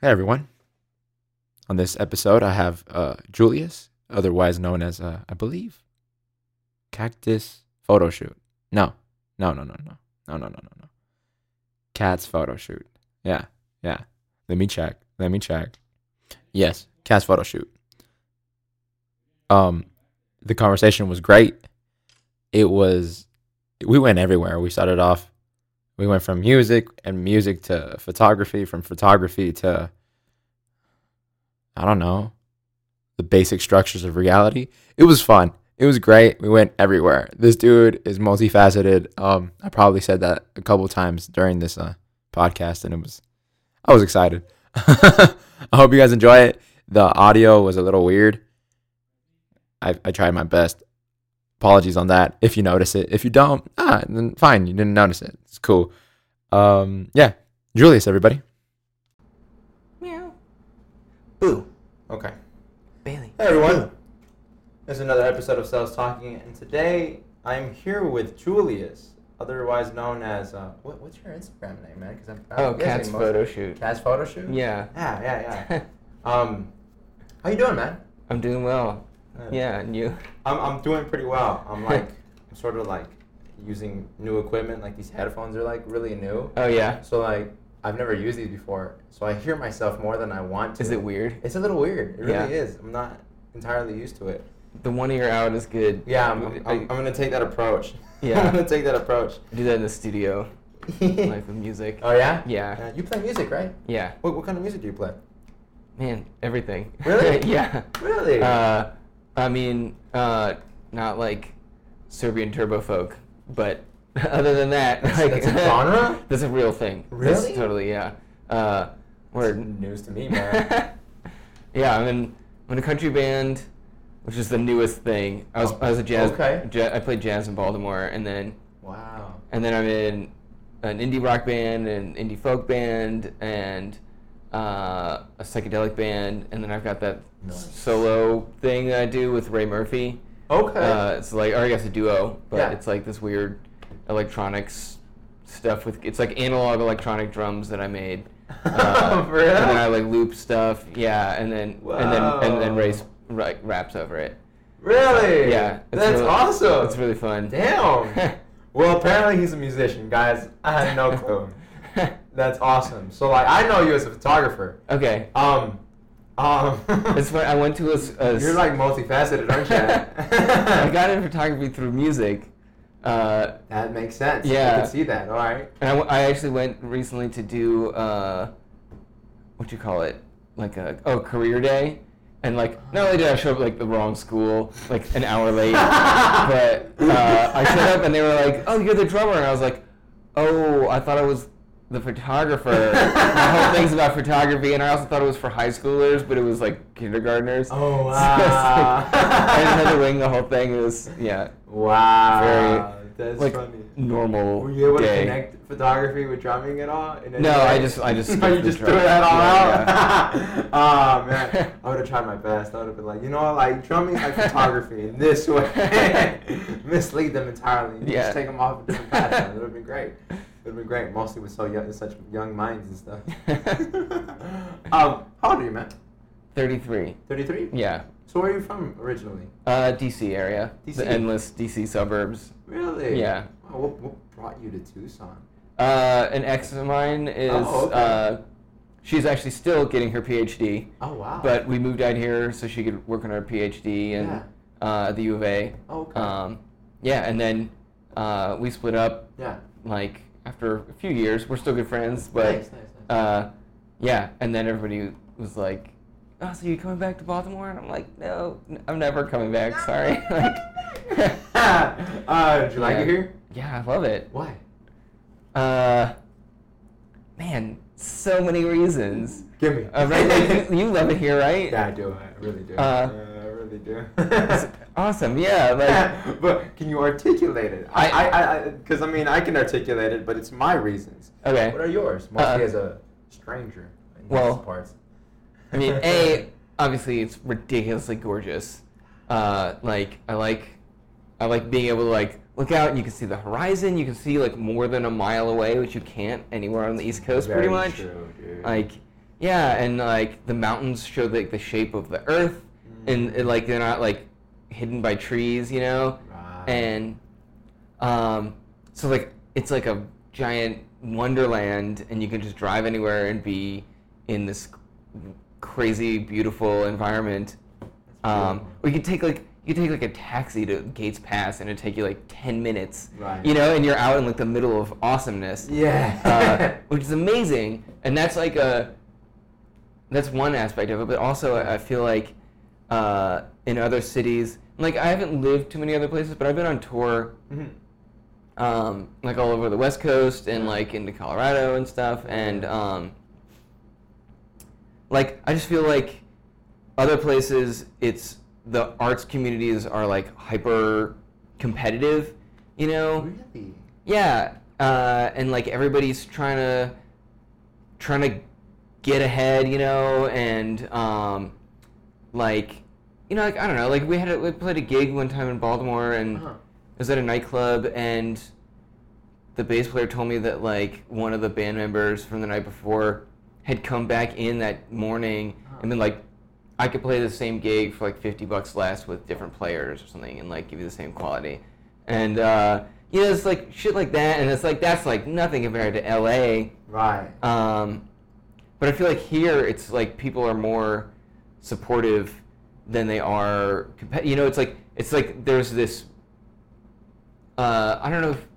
Hey everyone. On this episode, I have uh, Julius, otherwise known as, uh, I believe, Cactus Photo Shoot. No, no, no, no, no, no, no, no, no, no. Cat's Photo Shoot. Yeah, yeah. Let me check. Let me check. Yes, Cat's Photo Shoot. Um, the conversation was great. It was. We went everywhere. We started off. We went from music and music to photography, from photography to I don't know, the basic structures of reality. It was fun. It was great. We went everywhere. This dude is multifaceted. Um, I probably said that a couple times during this uh, podcast, and it was, I was excited. I hope you guys enjoy it. The audio was a little weird. I, I tried my best. Apologies on that. If you notice it, if you don't, ah, then fine. You didn't notice it. It's cool. Um, yeah, Julius, everybody. Meow. Boo. Okay. Bailey. Hey everyone. There's another episode of Cells Talking, and today I'm here with Julius, otherwise known as uh, what, what's your Instagram name, man? Because I'm Oh, I'm guessing cat's most- photo shoot. Cat's photo shoot. Yeah. Yeah, yeah, yeah. um, how you doing, man? I'm doing well. Uh, Yeah, and you? I'm I'm doing pretty well. I'm like I'm sort of like using new equipment. Like these headphones are like really new, Oh yeah. so like I've never used these before. So I hear myself more than I want to. Is it weird? It's a little weird. It really Yeah. is. I'm not entirely used to it. The one ear out is good. Yeah, I'm, I- I'm, I'm gonna take that approach. Yeah. I'm gonna take that approach. I do that in the studio, like with music. oh yeah? Yeah. Uh, you play music, right? Yeah. What, what kind of music do you play? Man, everything. Really? yeah. Really? Uh, I mean, uh, not like Serbian turbo folk, but other than that, That's- like that's a genre? That's a real thing. That's Really? totally. Yeah. Uh, That's word. news to me, man. yeah, I'm in I'm in a country band, which is the newest thing. I was I was a jazz. Oh, Okay. ja- I played jazz in Baltimore, and then wow. and then I'm in an indie rock band, an indie folk band, and uh, a psychedelic band, and then I've got that Nice. solo thing that I do with Ray Murphy. Okay. Uh, it's like, or I guess a duo, but Yeah. it's like this weird electronics stuff with it's like analog electronic drums that I made. Uh, For real? And then I like loop stuff, yeah, and then and then and then Wow. race ri- raps over it. really? Yeah, it's That's really- awesome. It's really fun. Damn. well, apparently he's a musician, guys. I had no clue. That's awesome. So like, I know you as a photographer. okay, Um, um. it's fun. I went to a. s- a s- You're like multifaceted, aren't you? I got into photography through music. Uh, That makes sense. I Yeah. can see that. All right. And I, w- I actually went recently to do uh, what you call it, like a oh career day, and like not only did I show up like the wrong school, like an hour late, but uh, I showed up and they were like, oh you're the drummer, and I was like, oh I thought I was the photographer. My whole thing's about photography, and I also thought it was for high schoolers, but it was like kindergartners. Oh, So it's wow. like, I didn't have to wing the whole thing. It was yeah, Wow. That's like funny. normal. Were you able day. to connect photography with drumming at all? in any No, I way? just- I just no, you skipped the just threw drum. that all Yeah, out. Ah man, I would have tried my best. I would have been like, you know, what, like drumming like photography in this way, mislead them entirely. You Yeah. Just take them off a different path. man. It would have been great. It would have been great, mostly with so young, such young minds and stuff. um, how old are you, man? 33. Thirty-three. Yeah. So where are you from originally? Uh, DC area. DC. The endless DC suburbs. Really? Yeah. Wow, what, what brought you to Tucson? Uh, an ex of mine is. Oh, okay. uh, she's actually still getting her PhD, Oh wow. but we moved out here so she could work on her PhD and Yeah. uh, at the U of A. Oh, okay. Um, yeah, and then uh, we split up yeah. like after a few years. We're still good friends, but nice, nice, nice. uh, yeah, and then everybody was like, "Oh, so you're coming back to Baltimore?" And I'm like, "No, n- I'm never coming back. Sorry." like, uh, did you like Yeah. it here? yeah, I love it. Why? Uh, man, so many reasons. Give me. Uh, right, like, you, you love it here, right? yeah, I do. I really do. Uh, I really do. It's awesome. Yeah, like but can you articulate it? I, I, I, because I mean, I can articulate it, but it's my reasons. okay. What are yours? Mostly Uh, as a stranger in well, these parts. I mean, a obviously it's ridiculously gorgeous. Uh, like I like, I like being able to like look out and you can see the horizon. You can see like more than a mile away, which you can't anywhere on the East Coast, Very pretty much. True, dude. Like Yeah, and like the mountains show like the shape of the earth, Mm. and it, like they're not like hidden by trees, you know. And um, so like it's like a giant wonderland, and you can just drive anywhere and be in this crazy beautiful environment. Um, or you could take like you could take like a taxi to Gates Pass, and it'd take you like ten minutes. Right. You know, and you're out in like the middle of awesomeness uh, yeah. which is amazing. And that's like a that's one aspect of it, but also I I feel like uh, in other cities, like I haven't lived too many other places, but I've been on tour Mm-hmm. Mhm. um, like all over the West Coast and like into Colorado and stuff, and um, like I just feel like other places, it's the arts communities are like hyper competitive, you know. Really? Yeah, uh, and like everybody's trying to trying to get ahead, you know, and um, like you know, like I don't know, like we had a, we played a gig one time in Baltimore, and Huh. it was at a nightclub, and the bass player told me that like one of the band members from the night before had come back in that morning and been like. I could play the same gig for like fifty bucks less with different players or something, and like give you the same quality and uh, you know, it's like shit like that, and it's like that's like nothing compared to L.A. Right. Um, but I feel like here, it's like people are more supportive than they are. Comp- you know, it's like it's like there's this. Uh, I don't know. if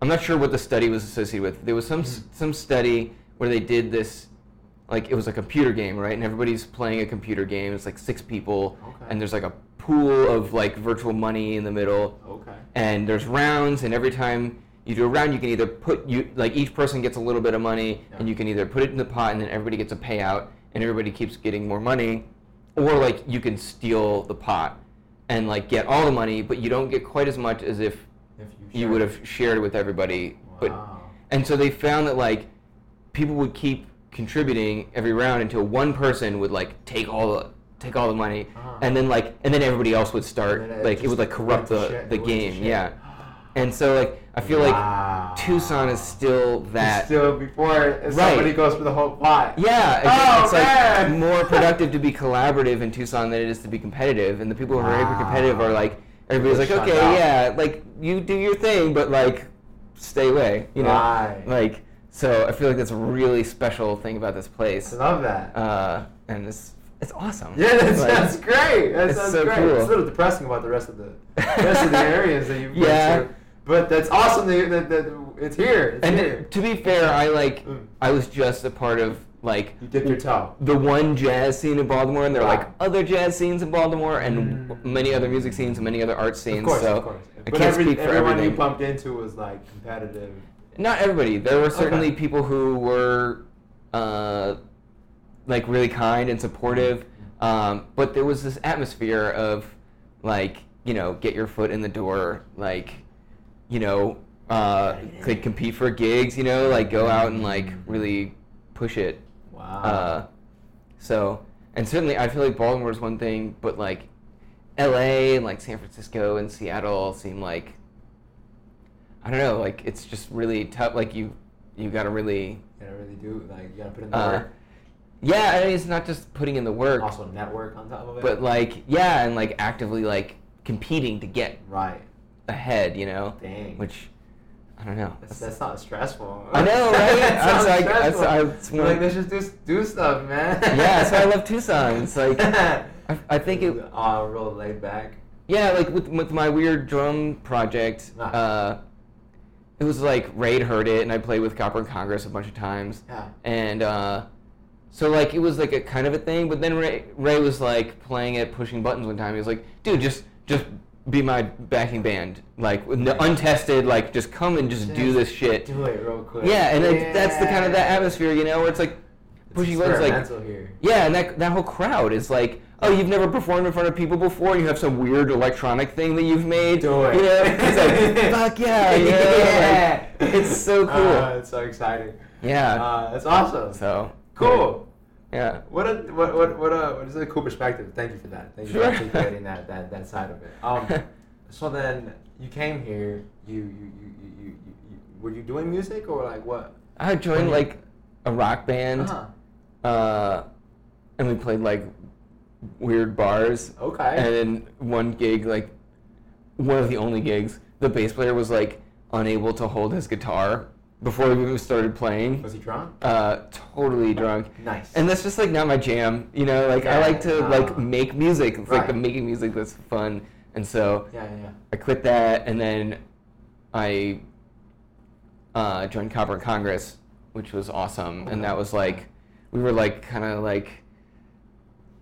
I'm not sure what the study was associated with. There was some s some study where they did this, like it was a computer game, right? And everybody's playing a computer game. It's like six people, Okay. and there's like a pool of like virtual money in the middle Okay. and there's rounds and every time you do a round you can either put you like each person gets a little bit of money and Yeah. you can either put it in the pot and then everybody gets a payout and everybody keeps getting more money or like you can steal the pot and like get all the money but you don't get quite as much as if If you would have shared with everybody but Wow. and so they found that like people would keep contributing every round until one person would like take all the take all the money Ah. and then like and then everybody else would start And then it like it just would like corrupt went the to shit, the it went to game shit. yeah and so like i feel Wow. like tucson is still that still before if Right. somebody goes for the whole plot. yeah Oh, it's, it's like man. more productive to be collaborative in tucson than it is to be competitive and the people who are hyper competitive are like everybody's like Shut okay up. yeah like you do your thing but like stay away you know Right. like so i feel like that's a really special thing about this I place love that. uh, and it's it's awesome yeah, that Like, sounds great. That it's sounds so great. cool. It's a little depressing about the rest of the rest of the areas that you've Yeah. been to. But that's awesome that, that, that it's here. It's and here. to be fair i like Mm. i was just a part of like you dipped your toe. the one jazz scene in Baltimore, and there are like Wow. other jazz scenes in Baltimore, and Mm. many other music scenes, and many other art scenes. Of course, so of course. I but can't every, speak for everyone everything. you bumped into was like competitive. Not everybody. There were certainly Okay. people who were, uh, like really kind and supportive, um, but there was this atmosphere of, like, you know, get your foot in the door, like, you know, uh, could compete for gigs, you know, like go out and like really push it. Wow. Uh, so, and certainly I feel like Baltimore is one thing, but like LA and like San Francisco and Seattle seem like, I don't know, like it's just really tough. Like you, you gotta really, you gotta really do like you gotta put in the uh, work. yeah, I mean, it's not just putting in the work, Also network on top of it. but like, yeah, and like actively like competing to get right. ahead, you know? Dang. Which, I don't know. That's, that's not stressful. I know, right? That I was sounds like- I stressful. was- I was You're more- like, let's just do, s- do stuff, man. Yeah, so I love Tucson. It's like- I, I think it, Uh, real laid back. Yeah, like with with my weird drum project, Nice. uh, it was like Raid heard it, and I played with Copper and Congress a bunch of times, Yeah. and uh, so like it was like a kind of a thing. But then Ray Ray was like playing at Pushing Buttons one time. He was like, "Dude, just just be my backing band, like with no, untested, like just come and just do Just this shit." Do it real quick. Yeah, and like, that's the kind of that Yeah. atmosphere, you know, where it's like It's Pushing Buttons, like experimental here. yeah, and that that whole crowd is like, oh, you've never performed in front of people before. You have some weird electronic thing that you've made. Do it. You know, it's like, fuck yeah, you know, Yeah. like, it's so cool. Uh, it's so exciting. yeah. Uh, that's awesome. so cool. Yeah. What a what what what a what is a cool perspective. Thank you for that. Thank you Sure. for articulating that, that that side of it. Um, so then you came here. You you, you, you, you, you were you doing music or like what? I joined like a rock band, Uh-huh. uh, and we played like weird bars. Okay. And then one gig, like one of the only gigs, the bass player was like unable to hold his guitar before we even started playing. Was he drunk? Uh, totally drunk. Nice. And that's just like not my jam, you know. Like I Yeah, like to nah. like make music. It's like the Right. making music that's fun. And so yeah, yeah, yeah. I quit that, and then I uh, joined Copper Congress, which was awesome. And that was like, we were like kind of like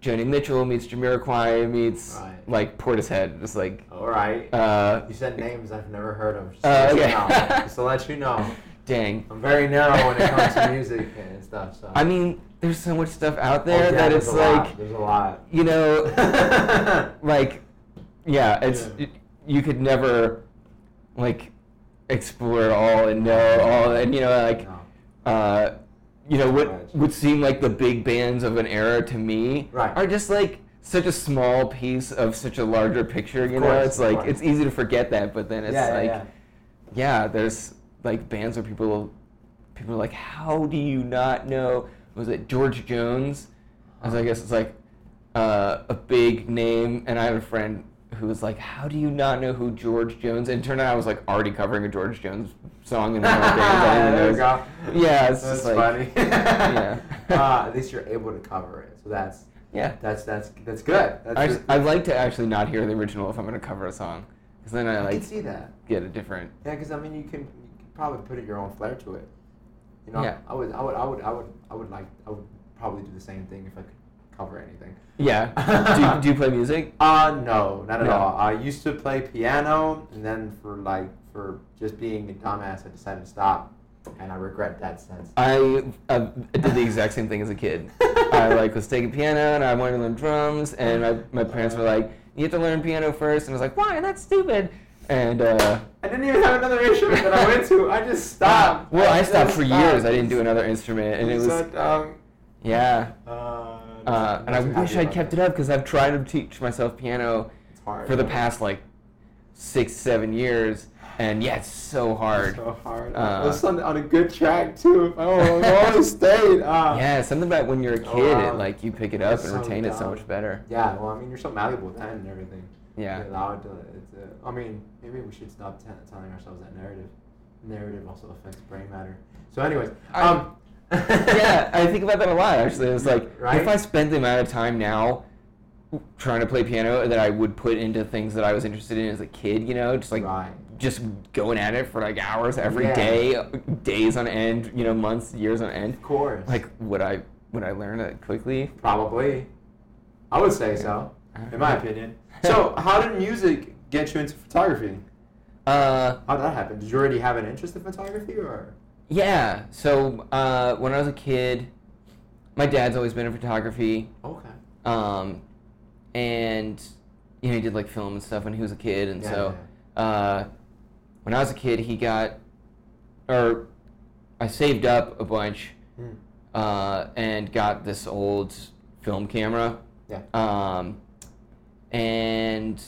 Joni Mitchell meets Jamiroquai meets Right. Oh. like Portishead. Just like, All right. uh, you said names I've never heard of. Just, Uh, to let you okay. know. just to let you know, dang. I'm very narrow when it comes to music and stuff. So I mean, there's so much stuff out Oh, there yeah, that there's it's a lot, like, there's a lot. you know, like, yeah, it's Yeah. y- you could never like explore it all and know it all, and you know, like. No. uh, you know, what Right. would seem like the big bands of an era to me Right. are just like such a small piece of such a larger picture. You know, course, it's of like course. it's easy to forget that, but then it's yeah, like, yeah, yeah, there's like bands where people, people are like, how do you not know? Was it George Jones? As I guess it's like uh, a big name, and I have a friend who was like, how do you not know who George Jones? And it turned out I was like already covering a George Jones song in one of the bands. I yeah. didn't there know. you go. Yeah, it's That's just like funny. yeah. uh, at least you're able to cover it, so that's yeah. that's that's that's good. That's I good. just, I'd like to actually not hear the original if I'm gonna cover a song, because then I I like can see that. get a different. Yeah, because I mean, you can, you can probably put your own flair to it. You know, Yeah. I would, I would, I would, I would, I would like, I would probably do the same thing if I could cover anything. Yeah. do, you, do you play music? Uh, no, not at No. all. I used to play piano, and then for like for just being a dumbass, I decided to stop, and I regret that since. I uh, did the exact same thing as a kid. I like was taking piano and I wanted to learn drums, and my, my parents were like, "You have to learn piano first. and I was like, "Why? That's stupid." And uh, I didn't even have another instrument that I went to. I just stopped. um, well, I just stopped for years. I didn't do another instrument, and it So was dumb. yeah. Uh, Uh, and I wish I'd kept it up because I've tried to teach myself piano It's hard. for the past like six, seven years, and yeah, it's so hard. So hard. Uh, I was on, on a good track too. If I would have always stayed. Uh, yeah, something about when you're a Oh, kid, wow. it, like you pick it up That's and so retain it so dumb. much better. Yeah, well, I mean, you're so malleable then and everything. Yeah. You're allowed to, it's uh, I mean, maybe we should stop t- telling ourselves that narrative. Narrative also affects brain matter. So, anyways, I- um, yeah, I think about that a lot actually. It's like Right? if I spent the amount of time now trying to play piano that I would put into things that I was interested in as a kid, you know, just like right. just going at it for like hours every Yeah. day, days on end, you know, months, years on end. Of course. Like, would I would I learn it quickly? probably. I would say so, in my opinion. So, how did music get you into photography? Uh, How did that happen? Did you already have an interest in photography or? yeah. So uh, when I was a kid, my dad's always been in photography, Okay. um, and you know he did like film and stuff when he was a kid, and so uh, when I was a kid, he got, or I saved up a bunch yeah. Mm. uh, and got this old film camera. Yeah. Um, and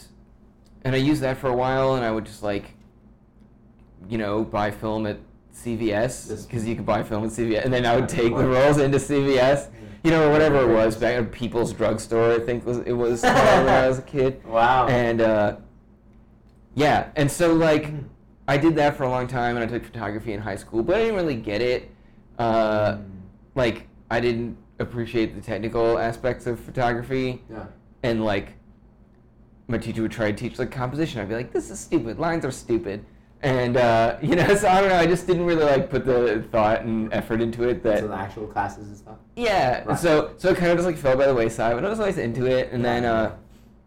and I used that for a while, and I would just like, you know, buy film at CVS This- because you could buy film at CVS, and then I would take the rolls into CVS, Hmm. you know, or whatever it was back at People's Drugstore. I think was it was when I was a kid, Wow. and uh, yeah, and so like. Mm. I did that for a long time, and I took photography in high school, but I didn't really get it. Uh, Mm. Like, I didn't appreciate the technical aspects of photography, yeah. and like, my teacher would try to teach like composition. I'd be like, "This is stupid. Lines are stupid," and uh, you know, so I don't know. I just didn't really like put the thought and effort into it that So the actual classes and stuff. yeah, Right. so so it kind of just like fell by the wayside, but I was always into it. And then uh,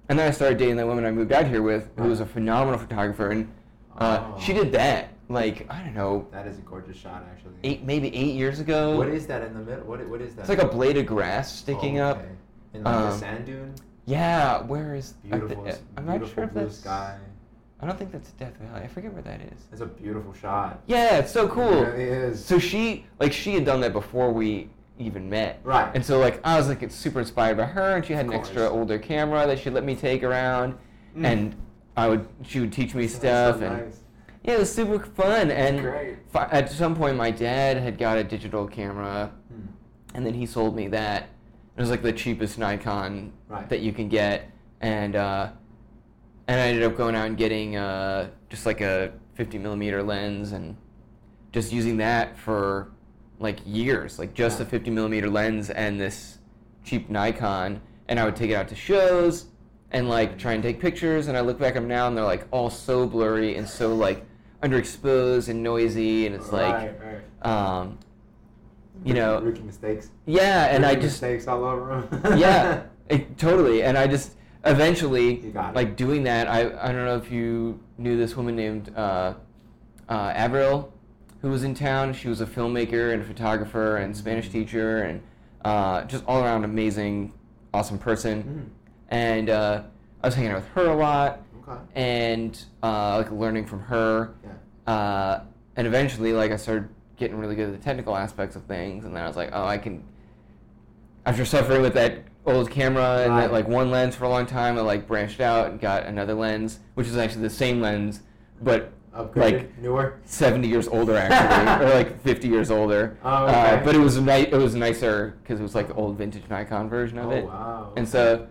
and then I started dating the woman I moved out here with, who was a phenomenal photographer, and uh, Oh. she did that like I don't know That is a gorgeous shot, actually. eight maybe eight years ago. What is that in the middle? What, what is that? it's like a blade of grass sticking Oh, up. okay. In like um, the sand dune. Yeah, where is I thi- Beautiful. s- I'm not beautiful sure if blue that's. sky. I don't think that's Death Valley. I forget where that is. It's a beautiful shot. Yeah, it's so cool. It really is. So she like she had done that before we even met. Right. And so like I was like super inspired by her, and she had an Of course. extra older camera that she let me take around, Mm. and I would she would teach me That's so stuff, and nice. yeah, it was super fun. And Great. fi- at some point, my dad had got a digital camera Hmm. and then he sold me that. It was like the cheapest Nikon Right. that you can get, and uh, and I ended up going out and getting uh, just like a 50 millimeter lens and just using that for like years, like just Yeah. a 50 millimeter lens and this cheap Nikon, and I would take it out to shows and like try and take pictures, and I look back at them now and they're like all so blurry and so like underexposed and noisy, and it's like, Right, right. um, you know, rookie mistakes. yeah, and I Rookie just mistakes all over 'em. yeah, it, totally. And I just eventually, You got it. like doing that, I, I don't know if you knew this woman named uh, uh, Avril, who was in town. She was a filmmaker and a photographer and Spanish teacher and uh, just all around amazing, awesome person. Mhm. And uh, I was hanging out with her a lot Okay. and uh, like learning from her. Yeah. Uh, and eventually, like I started getting really good at the technical aspects of things, and then I was like, oh, I can. After suffering with that old camera and Right. that like one lens for a long time, I like branched out and got another lens, which is actually the same lens, but Upgraded. Like- newer. 70 years older actually, or like 50 years older. Oh, okay. Uh, but it was ni- it was nicer because it was like old vintage Nikon version of Oh it. wow. And so,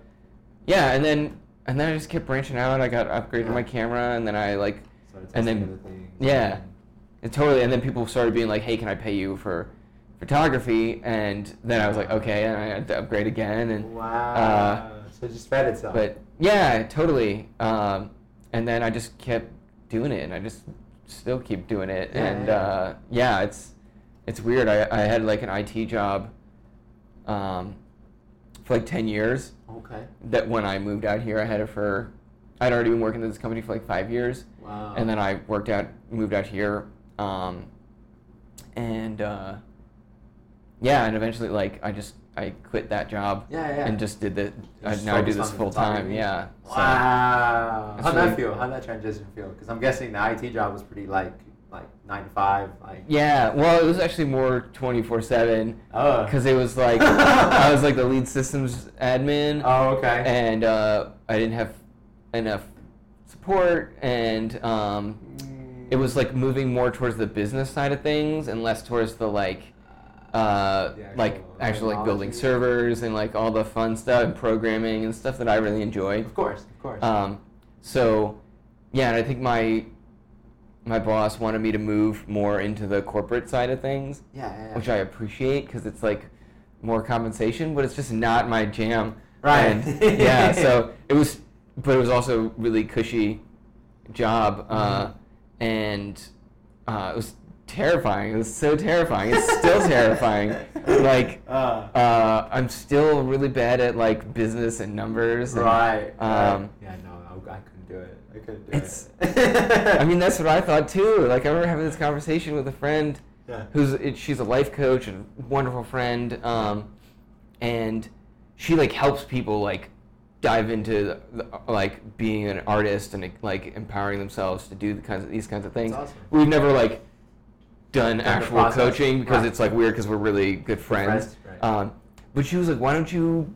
yeah, and then and then I just kept branching out. I got upgraded Yeah. my camera, and then I like So it's and testing then- other things. yeah. And totally. And then people started being like, "Hey, can I pay you for photography?" And then I was like, "Okay," and I had to upgrade again. And Wow. uh, so it just fed itself. but yeah, totally. Um, and then I just kept doing it, and I just still keep doing it. Yeah, and yeah. Uh, yeah, it's it's weird. I, I had like an IT job um, for like ten years. okay. That when I moved out here, I had it for. I'd already been working at this company for like five years Wow. and then I worked out, moved out here, um, and uh, yeah, and eventually, like, I just I quit that job yeah, yeah. and just did the. I, just now I do focused this on full time. photography. Yeah. Wow. It's How'd that really- feel? How'd that transition feel? Because I'm guessing the IT job was pretty like like nine to five, like Yeah. Well, it was actually more twenty four seven oh. because it was like I was like the lead systems admin, oh, okay. and uh, I didn't have enough support, and um, Mm. it was like moving more towards the business side of things and less towards the like Ah. uh, The like actual actual like building technology. Mm-hmm. servers and like all the fun stuff and programming and stuff that I really enjoy. Of course, of course. Um, so yeah, and I think my my boss wanted me to move more into the corporate side of things, yeah, yeah, yeah. which I appreciate because it's like more compensation, but it's just not my jam. Right. And, yeah. So it was, but it was also really cushy job, uh, Mm-hmm. and uh, it was terrifying. It was so terrifying. It's still terrifying. Like uh, uh, I'm still really bad at like business and numbers. and- right. um, right. Yeah, no, I, I couldn't do it. I couldn't do It's- it. I mean, that's what I thought too. Like I remember having this conversation with a friend yeah. who's it- she's a life coach and wonderful friend, um, and she like helps people like dive into the, like being an artist and like empowering themselves to do the kinds of these kinds of things. That's awesome. We've never like done the actual process. coaching because Right. it's like weird because we're really good friends. friends, right. Um, but she was like, "Why don't you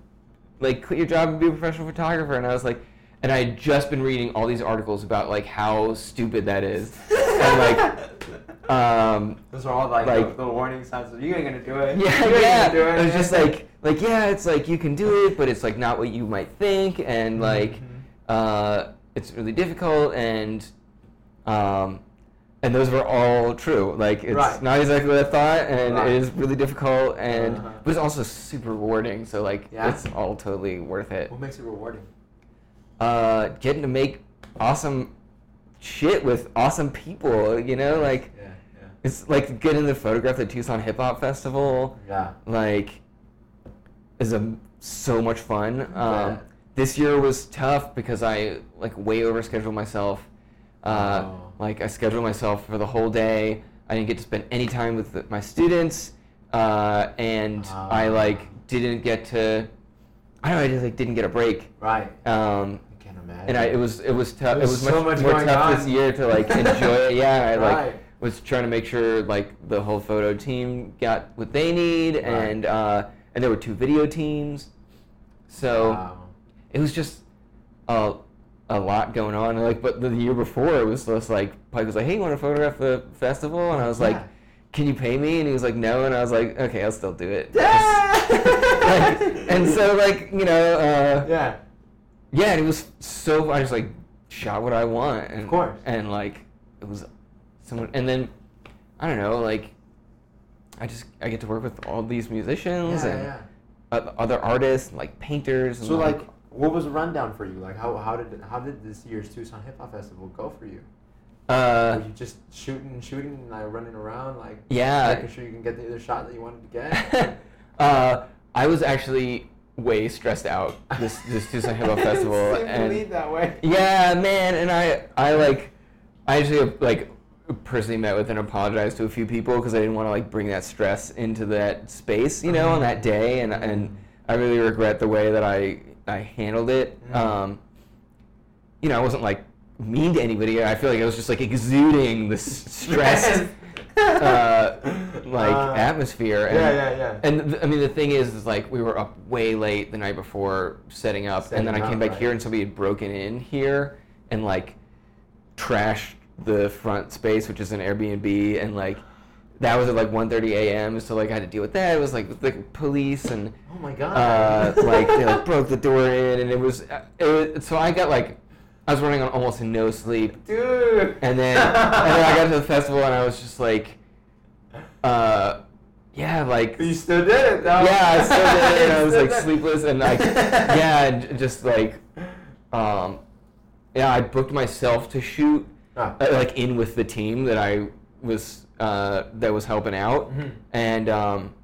like quit your job and be a professional photographer?" And I was like, and I had just been reading all these articles about like how stupid that is, and like. Um, Those are all like, like- the, the warning signs. Of, you ain't gonna do it. yeah, you ain't yeah. Gonna do it. It was just like, like yeah, it's like you can do it, but it's like not what you might think, Mm-hmm. and like, uh, it's really difficult, and, um, and those were all true. Like it's Right. not exactly what I thought, and Right. it is really difficult, and Uh-huh. but it's also super rewarding. So like, Yeah. it's all totally worth it. What makes it rewarding? Uh, getting to make awesome shit with awesome people, you know, like. Yeah, It's like getting the photograph at Tucson Hip Hop Festival yeah. Yeah. like is a, so much fun. Um, bet. this year was tough because I like way overscheduled myself. Uh, Oh. Like I scheduled myself for the whole day. I didn't get to spend any time with the, my students, uh, and I Ah. like didn't get to. I don't know. I just like didn't get a break. Right. Um, I can't imagine. and I, it was it was tough. It There's was much, so much more going tough on. this year to like enjoy it. Yeah, I like Right. was trying to make sure like the whole photo team got what they need, Right. and uh, and there were two video teams, so Wow. it was just a a lot going on. And, like, but the year before it was just like Pike was like, "Hey, you want to photograph the festival?" And I was like, Yeah. can you pay me? And he was like, no. And I was like, okay, I'll still do it. Like, and and so, like, you know, uh, yeah, yeah, and it was so, I just like shot what I want. And, Of course. And like, it was someone, and then, I don't know, like, I just, I get to work with all these musicians yeah, and yeah. oth- other artists, and, like painters. And, So like, what was the rundown for you? Like, how how did how did this year's Tucson Hip Hop Festival go for you? uh, Were you just shooting, shooting, and like running around, like yeah, making sure you can get the other shot that you wanted to get? uh, I was actually way stressed out this this Tucson Hip Hop Festival, It seemed to and lead that way. yeah, man, and I I like I actually like personally met with and apologized to a few people because I didn't want to like bring that stress into that space, you know, on that Mm-hmm. day, and and I really regret the way that I I handled it. Mm. Um, you know, I wasn't like mean to anybody. I feel like I was just like exuding this stress. uh, like Uh, atmosphere. And, Yeah, yeah, yeah. And th- I mean, the thing is, is like we were up way late the night before setting up, and then Setting I came up, back right. here and somebody had broken in here and like trashed the front space, which is an Airbnb, and like that was at like 1:30 a.m. So like I had to deal with that. It was like with the police and oh my god. uh, like they like broke the door in, and it was, uh, it was so I got like I was running on almost no sleep. dude. And then, and then I got to the festival and I was just like, uh, yeah, like, You still did it though. yeah, I still did it. And I was Still like did it. sleepless and like, yeah, and j- just like, um, yeah, I booked myself to shoot, Ah. uh, like in with the team that I was, uh, that was helping out. Mhm. And, um,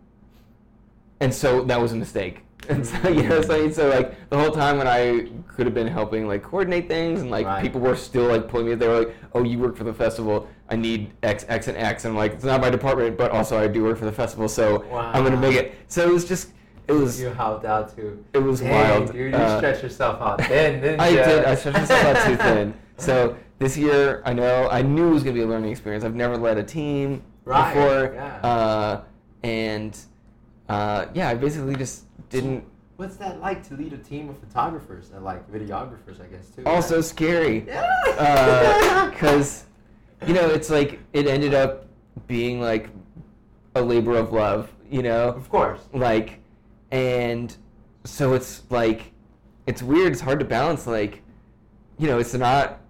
and so that was a mistake. And so, you know, so, so like the whole time when I could have been helping like coordinate things and like Right. people were still like pulling me, they were like, oh, you work for the festival. I need X, X, and X. And I'm like, it's not my department, but also I do work for the festival, so I'm gonna Wow. make it. So it was just, it was, You helped out too. it was Dang, wild. Dude, you Uh, stretched yourself out thin, didn't I you? did. I stretched myself out too thin. So this year, I know I knew it was gonna be a learning experience. I've never led a team Right, before, yeah. uh, and uh, yeah, I basically just didn't. What's that like to lead a team of photographers and like videographers, I guess too? Also scary, Yeah. because you know it's like it ended up being like a labor of love. You know, of course. like and so it's like it's weird it's hard to balance like you know it's not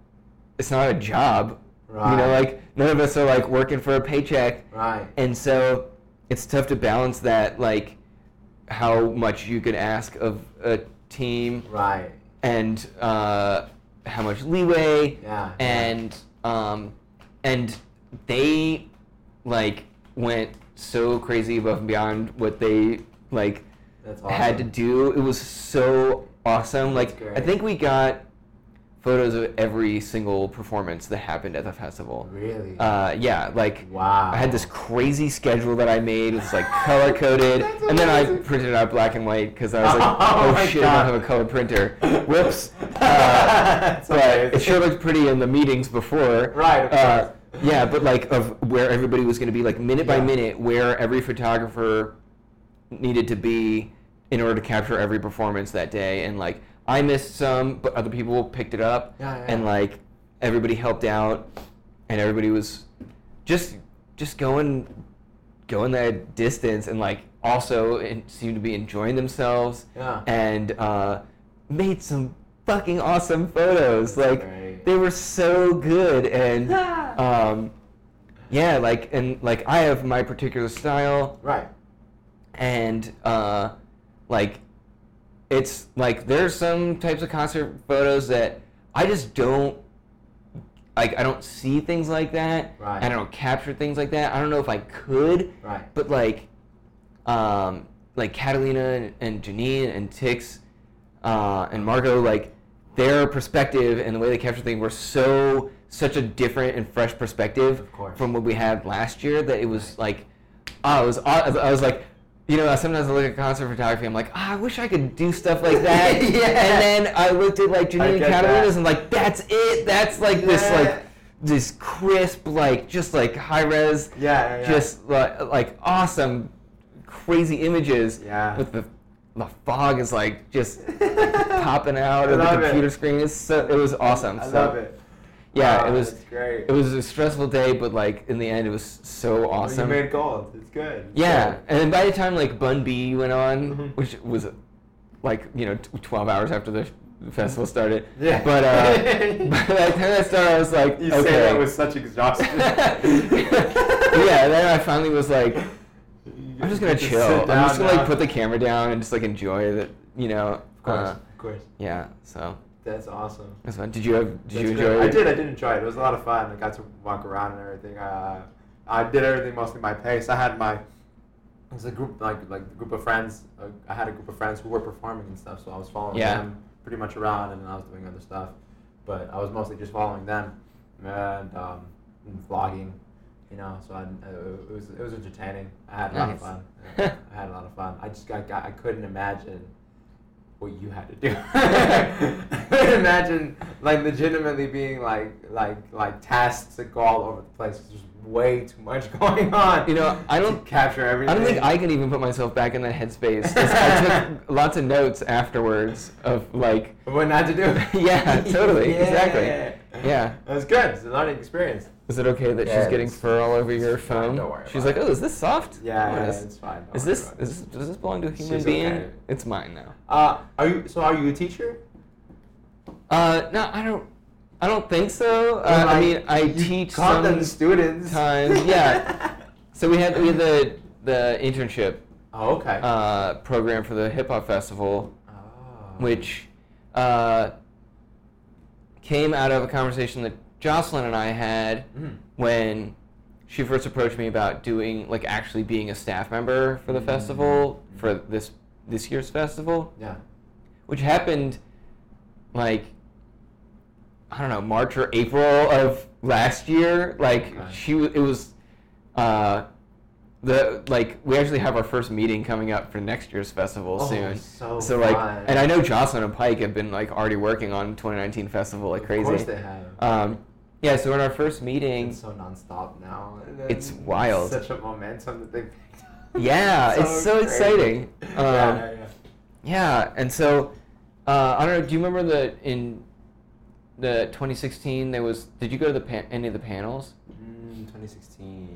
it's not a job you know Right. like none of us are like working for a paycheck Right. and so it's tough to balance that like how much you could ask of a team Right. and uh, how much leeway Yeah, yeah. and um, and they like went so crazy above and beyond what they like That's awesome. had to do it was so awesome like That's i great. think we got photos of every single performance that happened at the festival Really. uh, yeah like wow. I had this crazy schedule that I made. It was like color coded, That's and then I amazing. printed it out black and white because I was like, Oh "Oh, my shit, I God. don't have a color printer." Whoops. Uh, That's but amazing. it sure looked pretty in the meetings before. Right, of Uh, course. yeah, but like of where everybody was going to be, like minute by Yeah. minute, where every photographer needed to be in order to capture every performance that day, and like I missed some, but other people picked it up, Yeah, yeah. and like everybody helped out, and everybody was just just going going that distance, and like also and seemed to be enjoying themselves Yeah. and uh, made some fucking awesome photos. Like Right. they were so good, and um, yeah, like and like I have my particular style, Right. and uh, like it's like there's some types of concert photos that I just don't like. I don't see things like that. Right. I don't capture things like that. I don't know if I could Right. but like um like catalina and, and janine and tix uh, and marco like their perspective and the way they captured things were so such a different and fresh perspective Of course. from what we had last year that it was like ah, it was aw- i was like you know sometimes i look at concert photography i'm like ah, i wish i could do stuff like that Yeah. and then i looked at like I janine and get that. catalina's and like that's it that's like this Yeah. like this crisp like just like high res Yeah. yeah, yeah. just like, like awesome, crazy images. Yeah. With the the fog is like just popping out I of the love it. computer screen. It's so it was awesome. I so, love it. yeah, Wow, it was that's great. it was a stressful day, but like in the end, it was so awesome. You made gold. It's good. Yeah, and then by the time like Bun B went on, Mhm. which was like you know t- twelve hours after the festival started. Yeah. But uh, by the time that started, I was like, You okay. say that with such exhaustion. yeah, then I finally was like, I'm just gonna chill. I'm just gonna like put the Of camera down and just like enjoy the you know. course, Uh, of course. yeah. So That's awesome. that's fun. Did you have? Did That's you great. enjoy? I did. I did enjoy it. It was a lot of fun. I got to walk around and everything. Uh, I did everything mostly at my pace. I had my. It was a group like like a group of friends. Uh, I had a group of friends who were performing and stuff, so I was following Yeah. them pretty much around, and I was doing other stuff, but I was mostly just following them and, um, and vlogging, you know. So I, uh, it was it was entertaining. I had a lot of Nice. fun. Yeah, I had a lot of fun. I just got, got I couldn't imagine what you had to do. Imagine like legitimately being like like like tasks that go all over the place. There's way too much going on. You know, I to don't- capture everything. I don't think I can even put myself back in that headspace. 'cause I took lots of notes afterwards of like, what not to do. yeah, totally, exactly, yeah. That was good. It's a learning experience. Is it okay that Yeah, she's getting it's- fur all over your it's fine, phone? don't worry she's about like, oh, is this soft? Yeah, What yeah, is- it's fine. don't Is worry this, about it. is, does this belong to a human She's being? okay. It's mine now. Uh, are you? So are you a teacher? Uh, no, I don't. I don't think so. Uh, Well, I I- mean, I Oh you teach Call some. them students. times, yeah. so we had we had the the internship Oh, okay. uh, program for the hip hop festival, oh. which uh, came out of a conversation that Jocelyn and I had Mm. when she first approached me about doing like actually being a staff member for the Mm. festival for this this year's festival, Yeah. which happened like I don't know March or April of last year. Like Okay. she w- it was uh, the like we actually have our first meeting coming up for next year's festival Oh, soon. so like fun. and I know Jocelyn and Pike have been like already working on 2019 festival like crazy. Of course they have. Um, yeah, so in our first meeting, It's so nonstop now. and then It's wild. Such a momentum that they. picked up. Yeah, it's so crazy. exciting. Yeah, Um, yeah, yeah. yeah, and so uh, I don't know. Do you remember the in the 2016 there was? Did you go to the pan- any of the panels? Mm, 2016.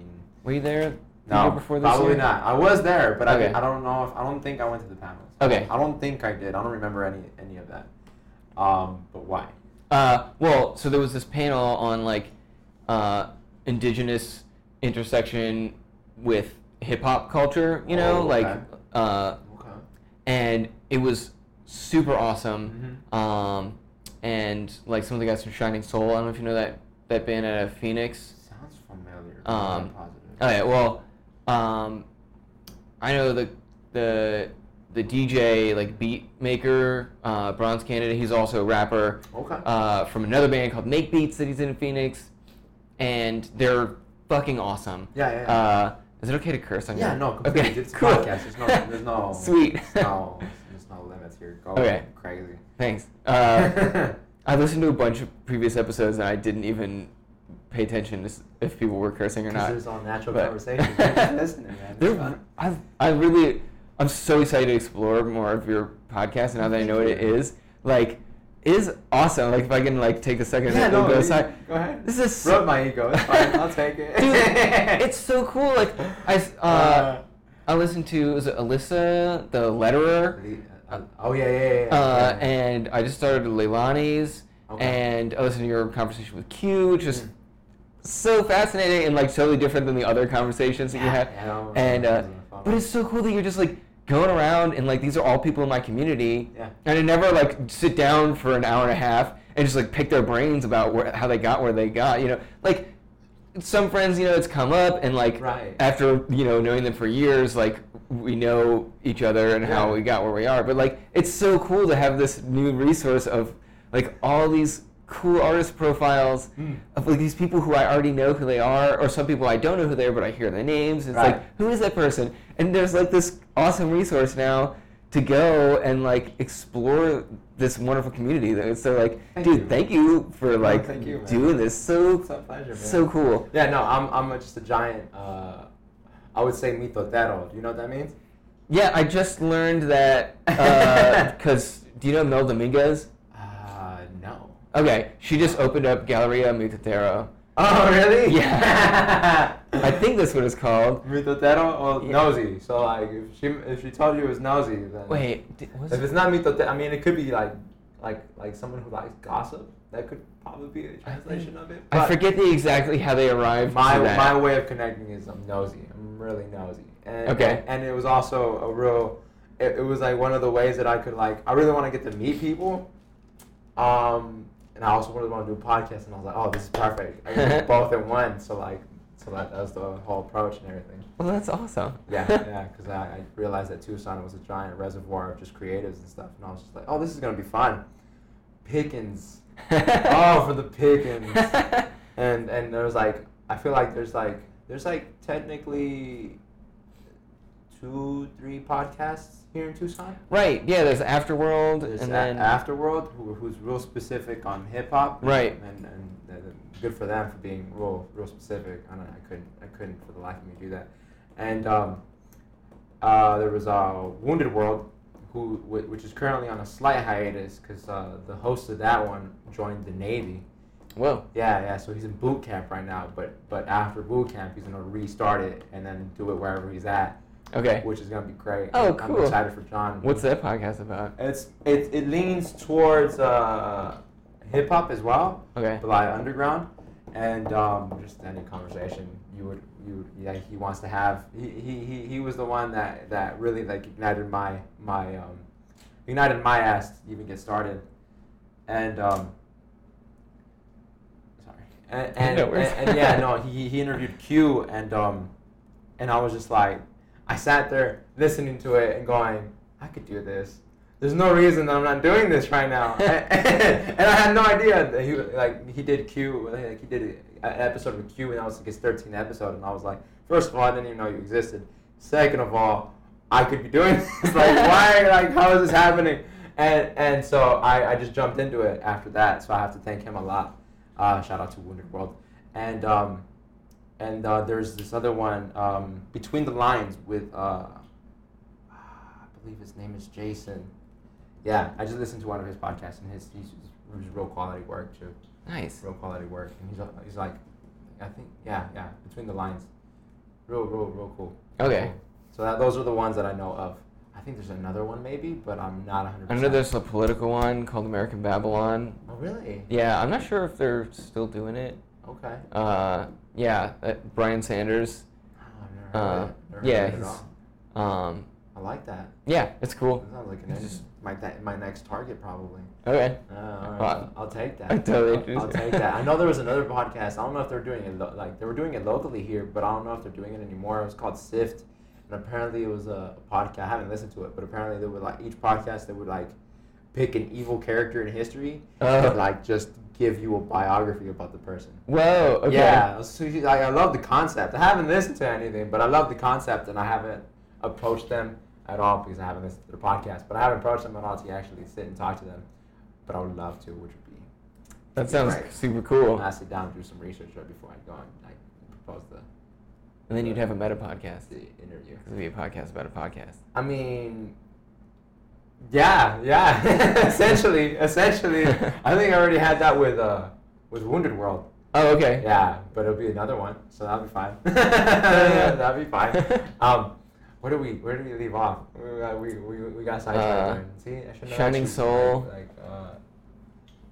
Were you there? the No, year before this probably year? not. I was there, but Okay. I, I don't know if I don't think I went to the panels. Okay. I don't think I did. I don't remember any any of that. Um, but why? Uh, well, so there was this panel on like uh, indigenous intersection with hip hop culture. You know, Oh, like okay. uh, Okay. and it was super awesome. Mhm. Um, and like some of the guys from Shining Soul. I don't know if you know that that band out of Phoenix. Sounds familiar. but I'm Um, positive. all right. Well, um, I know the the the DJ like beat maker, uh, Bronze Canada. He's also a rapper okay. uh, from another band called Make Beats that he's in Phoenix, and they're fucking awesome. yeah, yeah. yeah. Uh, is it okay to curse on yeah, here? no, completely. It's a cool. podcast. There's no, there's no, Sweet. there's no, there's no limits here. Go Okay. crazy. Thanks. Uh, I listened to a bunch of previous episodes and I didn't even pay attention to s- if people were cursing or Because not. it was all natural But- conversation. You're just listening, man. It's They're, fun. I, I really, I'm so excited to explore more of your podcast now that I know what it is. Like, it is awesome. Like, if I can like take a second Yeah, and no, go you- aside. go ahead. This is so- Rub my ego. It's fine. I'll take it. Dude, it's so cool. Like, I, s- uh, Uh, I listened to was it Alyssa the letterer, the- uh, oh yeah, yeah, yeah. yeah, uh, yeah. and I just started Leilani's, Okay. and I listened to your conversation with Q, which is Mm. so fascinating and like totally different than the other conversations that you had. Yeah, I know. and uh, It was fun. but it's so cool that you're just like going around and like these are all people in my community Yeah. and i never like sit down for an hour and a half and just like pick their brains about where, how they got where they got you know like some friends you know it's come up and like Right. after you know knowing them for years like we know each other and how Yeah. we got where we are but like it's so cool to have this new resource of like all these cool artist profiles Mm. of like these people who I already know who they are, or some people I don't know who they are, but I hear their names. It's Right. like, who is that person? And there's like this awesome resource now to go and like explore this wonderful community. That it's so like, Thank dude, you. thank you for like thank you, man. doing this. So It's a pleasure, man. so cool. yeah, no, I'm I'm just a giant. Uh, I would say mitotero. Do you know what that means? Yeah, I just uh, learned that because do you know Mel Dominguez? Uh, no. Okay, she just opened up Galleria Mutatero. Oh, really? Yeah. I think that's what it's called. Mitotero or Yeah. nosy. oh, So like, if she if she told you it was nosy, then Wait, di- was If it's not mitotero, I mean, it could be like like like someone who likes gossip. That could probably be a translation of it. I but forget the exactly how they arrived. My to that. my way of connecting is I'm nosy. I'm really nosy. And, Okay. And it was also a real. It, it was like one of the ways that I could like. I really want to get to meet people. Um, and I also really want to do a podcast, and I was like, oh, this is perfect. I can do both in one. So like, so that, that was the whole approach and everything. well, that's awesome. Yeah, yeah, because I, I realized that Tucson was a giant reservoir of just creatives and stuff, and I was just like, oh, this is gonna be fun. Pickens, oh, for the pickings, and and there was like, I feel like there's like there's like technically two, three podcasts here in Tucson. right. Yeah. There's Afterworld, There's and a- then Afterworld, who, who's real specific on hip hop, Right. And, and and good for them for being real real specific. I, don't, I couldn't I couldn't for the life of me do that. And um, uh, there was uh, Wounded World, who whi- which is currently on a slight hiatus because uh, the host of that one joined the Navy. whoa. Yeah, yeah. So he's in boot camp right now, but but after boot camp, he's gonna restart it and then do it wherever he's at, Okay. which is gonna be great. Oh, I'm- cool. I'm excited for John. What's that podcast about? It's it, it leans towards uh, hip hop as well, Okay. but like underground, and um, just any conversation you would you would, yeah he wants to have. He, he, he, he was the one that, that really like ignited my my um, ignited my ass to even get started, and um, sorry and and, No and, worries. and yeah no he, he interviewed Q and um, and I was just like I sat there listening to it and going I could do this there's no reason that I'm not doing this right now. and I had no idea that he was- like he did Q like he did a- an episode with Q and that was like his 13th episode and I was like, first of all, I didn't even know you existed. Second of all, I could be doing this. like why? Like how is this happening? And and so I, I just jumped into it after that. So I have to thank him a lot. Uh, shout out to Wounded World. And um, and uh, there's this other one um, between the lines with uh, I believe his name is Jason. Yeah, I just listened to one of his podcasts, and his he's, he's real quality work too. Nice. Real quality work, and he's he's like, I think yeah yeah between the lines, real real real cool. Okay. So that, those are the ones that I know of. I think there's another one maybe, but I'm not 100. I percent know there's a political one called American Babylon. Oh really? Yeah, I'm not sure if they're still doing it. Okay. Uh, yeah, uh, Brian Sanders. Oh, I've never heard Uh, of it. Never heard yeah, of it at he's- all. Um, I like that. yeah, it's cool. That sounds like an He's interest- my that, my next target probably. Okay. Uh, all right. Wow. I'll take that. I totally I'll, I'll do. take that. I know there was another podcast. I don't know if they're doing it lo- like they were doing it locally here, but I don't know if they're doing it anymore. It was called Sift, and apparently it was a podcast. I haven't listened to it, but apparently they would like each podcast they would like pick an evil character in history Uh, and like just give you a biography about the person. whoa. Okay. Yeah, so you- like, I love the concept. I haven't listened to anything, but I love the concept, and I haven't approached them at all because I haven't listened to their podcast. But I haven't approached them at all to actually sit and talk to them. But I would love to, which would be That sounds Right. super when cool. I sit down and do some research right before I go and like propose the, And then you'd have a meta podcast. the interview. This would be a podcast about a podcast. I mean, yeah, yeah, essentially, essentially. I think I already had that with uh with Wounded World. Oh, okay. Yeah, but it'll be another one, so that'll be fine. yeah. that'll be fine. Um, where do we where do we leave off? We got we, we, we got Uh, sidetracked. there. See, I should know. Shining Soul. Like uh,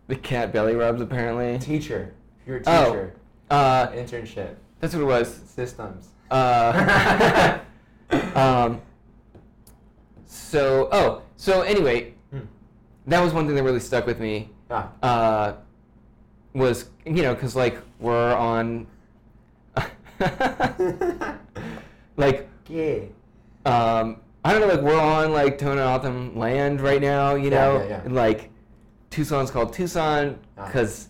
The cat belly rubs apparently. teacher, you're a Oh. teacher. Uh, Internship that's what it was. systems. Uh, um, so oh, so anyway, Hmm. that was one thing that really stuck with me. Ah, Uh, was you know because like we're on, uh, like yeah. um, I don't know, like we're on like Tona Altham land right now, you Yeah, know, yeah, yeah. And, like Tucson's called Tucson Ah. because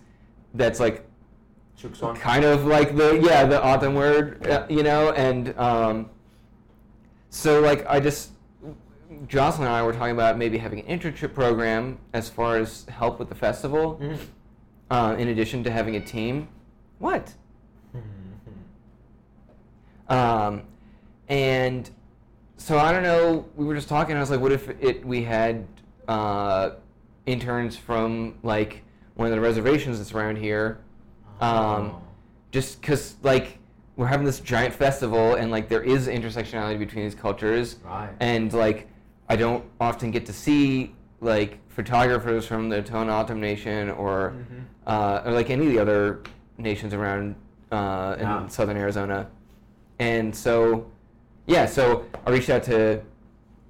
that's like Chukson. kind of like the yeah the autumn word uh, you know and um, so like i just jocelyn and i were talking about maybe having an internship program as far as help with the festival Mm-hmm. uh, in addition to having a team what um, and so I don't know. We were just talking. I was like, what if it we had uh, interns from like one of the reservations that's around here, Oh, um, just because like we're having this giant festival and like there is intersectionality between these cultures, right. and like I don't often get to see like photographers from the Tone Autumn Nation or Mhm. uh, or like any of the other nations around uh, in Yeah. southern Arizona. And so, yeah, so I reached out to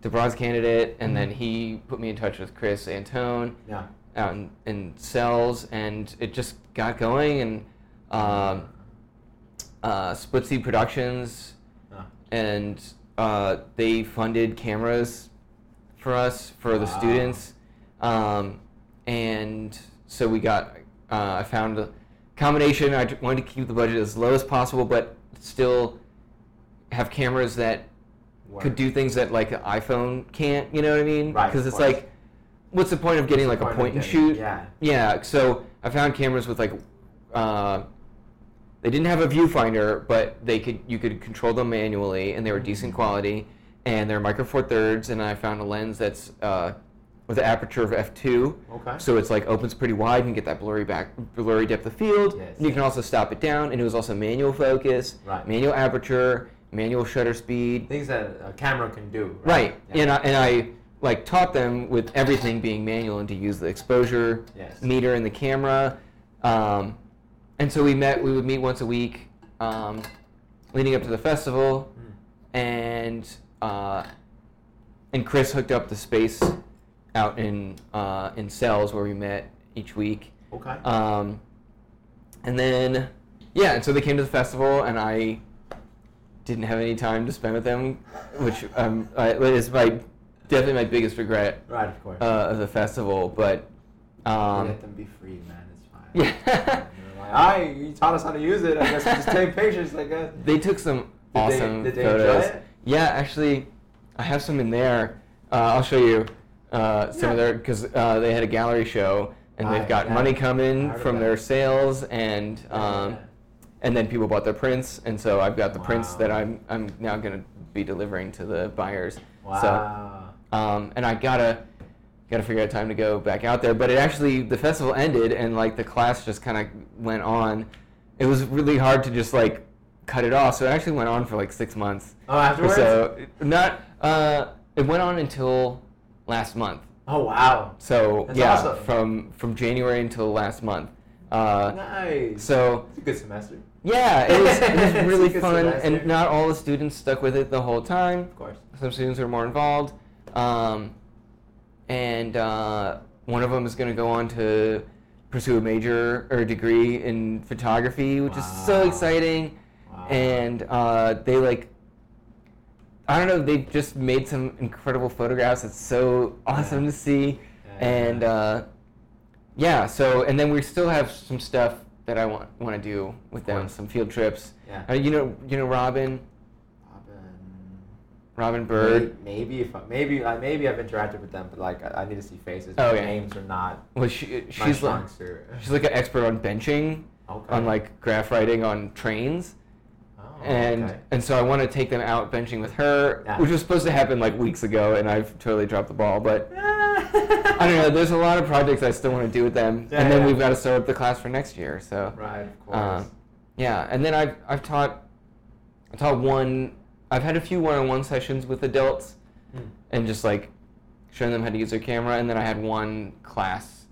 to Bronze Candidate, and then he put me in touch with Chris Antone Yeah. out in, in cells, and it just got going. And um, uh, Splitsy Productions, Yeah. and uh, they funded cameras for us for the Wow. students, um, and so we got. Uh, I found a combination. I t- wanted to keep the budget as low as possible, but still have cameras that could Work. do things that like the iPhone can't. You know what I mean? Right, of Because it's course. like, what's the point of getting like a Point of point and getting- shoot? Yeah. Yeah, so I found cameras with like, uh, they didn't have a viewfinder, but they could you could control them manually, and they Mm-hmm. were decent quality, and they're micro four thirds, and I found a lens that's uh, with an aperture of f two, Okay. so it's like opens pretty wide and you get that blurry back blurry depth of field. Yes. And you can also stop it down, and it was also manual focus, Right. manual aperture, manual shutter speed, Things that a camera can do. Right. Yeah. And I, and I like taught them with everything being manual and to use the exposure Yes. meter and the camera. Um, and so we met. We would meet once a week, um, leading up to the festival, Mm. and uh, and Chris hooked up the space out in uh, in cells where we met each week. Okay. Um, and then, yeah, and so they came to the festival, and I didn't have any time to spend with them, which um, I, is my definitely my biggest regret right, of course. uh, of the festival. But um, Let them be free, man. It's fine. yeah, And they're like, all right, you taught us how to use it. I guess we just take pictures. I guess. they took some they- awesome did they enjoy photos. it? Yeah, actually, I have some in there. Uh, I'll show you uh, some of Yeah. their because uh, they had a gallery show. And I- they've got yeah, money I coming heard from about their it. sales, and um, and then people bought their prints, and so I've got the prints Wow. that I'm I'm now gonna be delivering to the buyers. wow. So, um, and I gotta gotta figure out time to go back out there. But it actually the festival ended, and like the class just kind of went on. It was really hard to just like cut it off, so it actually went on for like six months. oh, afterwards. So it- not uh, it went on until last month. oh wow. So That's yeah, awesome. from from January until last month. Uh, Nice. so it's a good semester. yeah, it was, it was It's really a good fun, and semester. not all the students stuck with it the whole time. Of course. Some students are more involved, um, and uh, one of them is going to go on to pursue a major or a degree in photography, which is so Wow. exciting. Wow. And uh, they like, I don't know, they just made some incredible photographs. It's so awesome Yeah. to see Yeah, yeah, and yeah. uh, yeah so and then we still have some stuff that i want want to do with them course. some field trips Yeah. uh, you know you know robin Robin. robin bird Maybe, maybe if I, maybe I maybe I've interacted with them, but like I, I need to see faces. Oh, Their yeah. Names are not well she, my she's like strong suit. she's like an expert on benching Okay. on like graph writing on trains Oh, and okay. and so i want to take them out benching with her Yeah. which was supposed to happen like weeks ago and i've totally dropped the ball but i don't know there's a lot of projects i still want to do with them Yeah, and then yeah. we've got to start up the class for next year so Right, of course. Uh, yeah, and then I've I've taught I taught one I've had a few one-on-one sessions with adults Hmm. and just like showing them how to use their camera, and then I had one class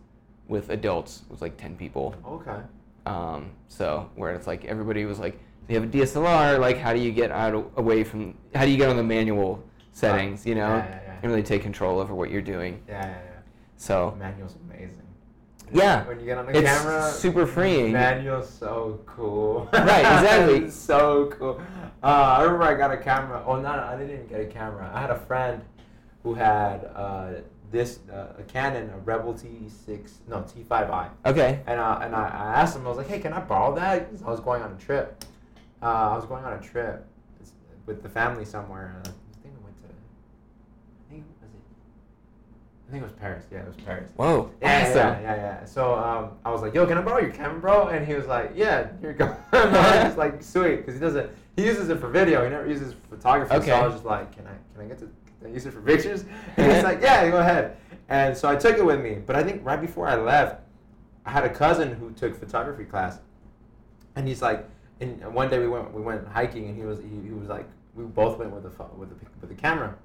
with adults with like ten people. Okay. Um, so where it's like everybody was like, "Do you have a DSLR? Like, how do you get out of, away from? How do you get on the manual settings? You know, Yeah, yeah, yeah. and really take control over what you're doing." Yeah, yeah, yeah. So Manual's amazing. Oh. Yeah. When you get on the it's camera, super freeing. Manual's so cool. Right, exactly. It's so cool. Uh, I remember I got a camera. Oh, no, no, I didn't even get a camera. I had a friend who had uh, this uh, a Canon, a Rebel T6, no, T5i. Okay. And, uh, and I, I asked him, I was like, hey, can I borrow that? 'Cause I was going on a trip. Uh, I was going on a trip s- with the family somewhere. Uh, I think we went to, I think, was it? I think it was Paris. Yeah, it was Paris. Whoa. Yeah, awesome. yeah, yeah, yeah. So um, I was like, "Yo, can I borrow your camera, bro?" And he was like, "Yeah, here you go." And I was like, "Sweet," because he doesn't. He uses it for video. He never uses it for photography. Okay. So I was just like, "Can I? Can I get to can I use it for pictures?" And he's like, "Yeah, go ahead." And so I took it with me. But I think right before I left, I had a cousin who took photography class, and he's like, and one day we went we went hiking, and he was he, he was like, we both went with the pho- with the pic- with the camera,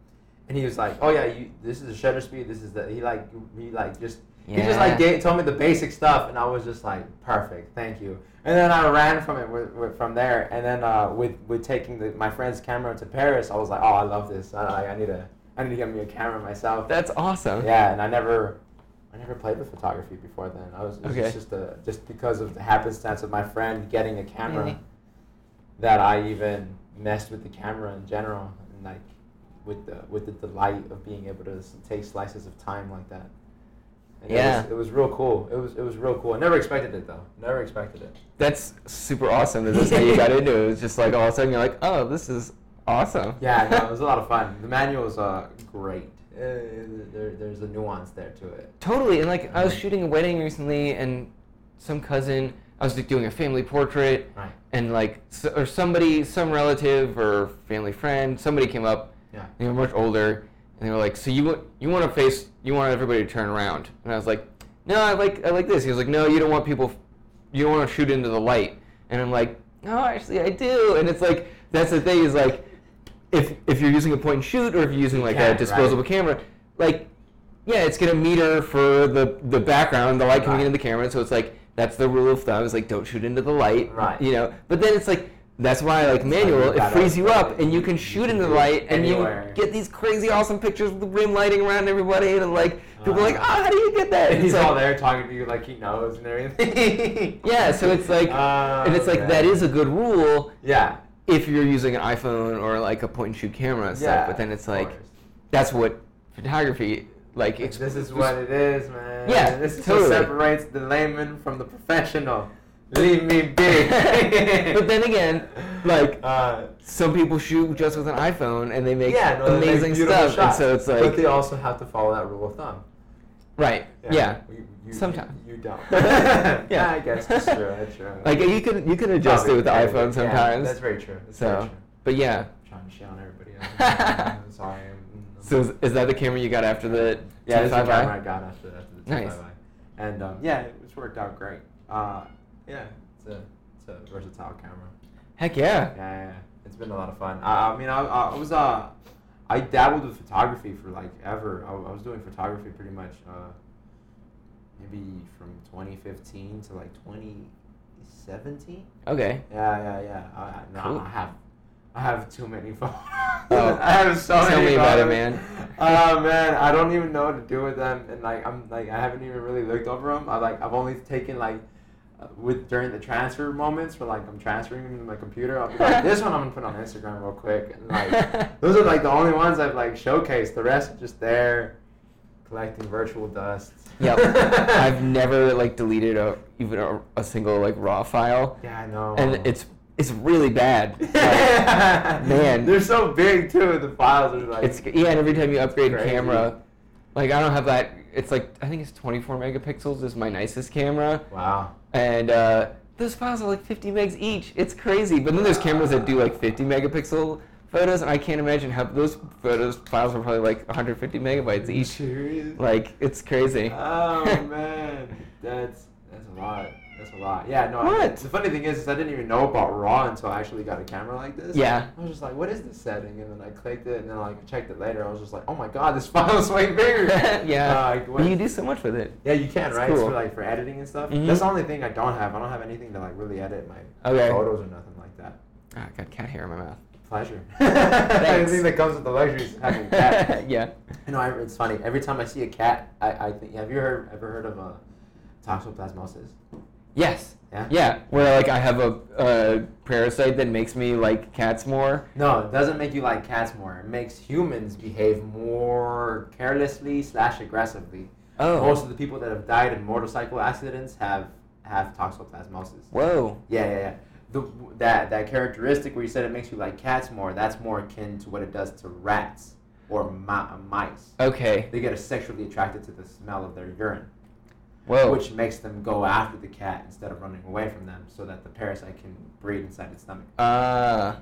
and he was like, oh yeah, you this is the shutter speed, this is the he like he like just. He just like gave, told me the basic stuff, and I was just like, "Perfect, thank you." And then I ran from it with, with, from there. And then uh, with with taking the, my friend's camera to Paris, I was like, "Oh, I love this. I, I, I need a I need to get me a camera myself." That's awesome. Yeah, and I never, I never played with photography before then. I was, it was Okay. just a, just because of the happenstance of my friend getting a camera, Mhm. that I even messed with the camera in general, and like with the with the delight of being able to s- take slices of time like that. And Yeah. it was, it was real cool. It was it was real cool. I never expected it though. Never expected it. That's super awesome. That that's how you got into it. It was just like all of a sudden you're like, oh, this is awesome. Yeah, no, it was a lot of fun. The manual's uh great. Uh, there, there's a nuance there to it. Totally. And like I was shooting a wedding recently, and some cousin, I was like doing a family portrait, Right. and like s or somebody, some relative or family friend, somebody came up. Yeah. They were much older, and they were like, "So you want you want to face you want everybody to turn around?" And I was like, "No, I like I like this." He was like, "No, you don't want people, you don't want to shoot into the light." And I'm like, "No, actually, I do." And it's like that's the thing is like, if if you're using a point and shoot or if you're using like a Yeah, right. disposable camera, like yeah, it's gonna meter for the the background, the light coming Right. into the camera. So it's like that's the rule of thumb. Is like don't shoot into the light. Right. You know. But then it's like that's why I like manual. It gotta- frees you up, and you can you shoot can into the do it light, and you anywhere. get these crazy awesome pictures with the rim lighting around everybody, and like people are like, oh, how do you get that? Uh-huh. And he's It's like- all there talking to you like he knows and everything. Yeah. So it's like, Oh, and it's like okay. that is a good rule Yeah. if you're using an iPhone or like a point and shoot camera and yeah. stuff. But then it's of like course. that's what photography like. Like, Ex- this is what it is, man. Yeah, this is totally. what separates the layman from the professional. Leave me be. But then again, like, uh, some people shoot just with an iPhone and they make yeah, no, they make amazing beautiful stuff. And shots. so it's but like, they also have to follow that rule of thumb. right? Yeah. You, you, Sometime. You don't. Yeah. I guess that's true. That's true. Like you can you can adjust it with the Probably. iPhone Yeah, sometimes. that's very true. That's very so, true. but yeah. I'm trying to shit on everybody else. I'm sorry. I'm, I'm So is, is that the camera you got after the Yeah, this is the 25i? camera I got after, after the Nice. 25i. And um, yeah, it's worked out great. Uh, yeah, it's a, it's a versatile camera. Heck yeah. Yeah, yeah, yeah. it's been a lot of fun. I, I mean, I, I was uh, I dabbled with photography for like ever. I, I was doing photography pretty much, uh, maybe from 2015 to like 2017. Okay. Yeah, yeah, yeah. I, I, no, Cool. I have, I have too many photos. Oh, I have so tell many. me about it, photos. man. Oh man, I don't even know what to do with them, and like I'm like I haven't even really looked over them. I like I've only taken like. uh, With during the transfer moments, where like I'm transferring them to my computer, I'll be like, "This one I'm gonna put on Instagram real quick." And like, those are like the only ones I've like showcased. The rest are just there, collecting virtual dust. Yep. I've never like deleted a even a, a single like raw file, Yeah, I know. and it's it's really bad. Like, man, they're so big too. The files are like It's yeah, and every time you upgrade Crazy. camera, like I don't have that. It's like I think it's 24 megapixels is my nicest camera, wow. and uh, those files are like 50 megs each. It's crazy. But then there's cameras that do like 50 megapixel photos, and I can't imagine how those photos files are probably like 150 megabytes You each. serious? Like it's crazy. oh man, that's that's a lot. That's a lot. Yeah, no. I- What? the funny thing is, is I didn't even know about RAW until I actually got a camera like this. Yeah. I was just like, what is this setting? And then I clicked it, and then like I checked it later. I was just like, oh my god, this file's way bigger. yeah. Uh, like, what- But you do so much with it. Yeah, you can, It's right? cool. for like for editing and stuff. Mhm. That's the only thing I don't have. I don't have anything to like really edit my Okay. photos or nothing like that. Oh, I got cat hair in my mouth. Pleasure. Anything that comes with the luxuries of having a cat. yeah. You know, I, it's funny. Every time I see a cat, I, I think, have you heard, ever heard of uh, toxoplasmosis? Yes. Yeah? Yeah. Where like I have a, a parasite that makes me like cats more. No, it doesn't make you like cats more. It makes humans behave more carelessly slash aggressively. Oh. Most of the people that have died in motorcycle accidents have have toxoplasmosis. Whoa. Yeah, yeah, yeah. The, that that characteristic where you said it makes you like cats more, that's more akin to what it does to rats or mi- mice. Okay. They get sexually attracted to the smell of their urine. Whoa. which makes them go after the cat instead of running away from them so that the parasite can breed inside its stomach. Uh,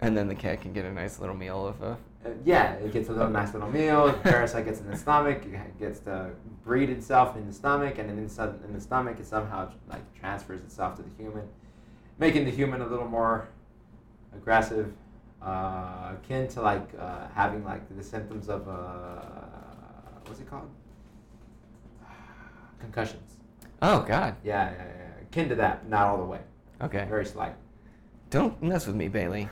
and then the cat can get a nice little meal of a uh, yeah, it gets a little nice little meal. The parasite gets in the stomach. It ha- gets to breed itself in the stomach, and then inside in the stomach, it somehow like transfers itself to the human, making the human a little more aggressive, uh, akin to like uh, having like the symptoms of uh, what's it called? Concussions. Oh God. Yeah, yeah, yeah, yeah. akin to that, but not all the way. Okay. Very slight. Don't mess with me, Bailey.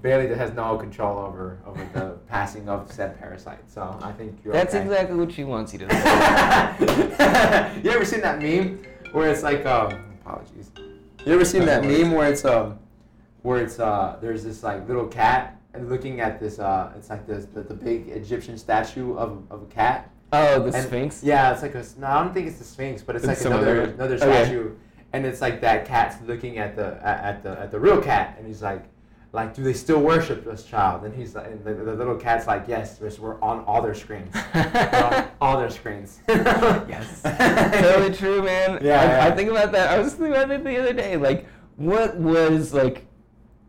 Bailey that has no control over over the passing of said parasite. So I think you're That's okay. exactly what she wants you to know. exactly. you ever seen that meme where it's like um apologies. You ever seen that meme where it's um where it's uh there's this like little cat and looking at this uh it's like this the, the big Egyptian statue of of a cat Oh, the And- Sphinx. Yeah, it's like a. s- No, I don't think it's the Sphinx, but it's, It's like some another other- another okay. statue, and it's like that cat's looking at the at at the at the real cat, and he's like, like, do they still worship this child? And he's like, and the, the little cat's like, yes, we're- we're on all their screens, We're on all their screens. yes. totally true, man. Yeah, I, I yeah. think about that. I was thinking about that the other day. Like, what was like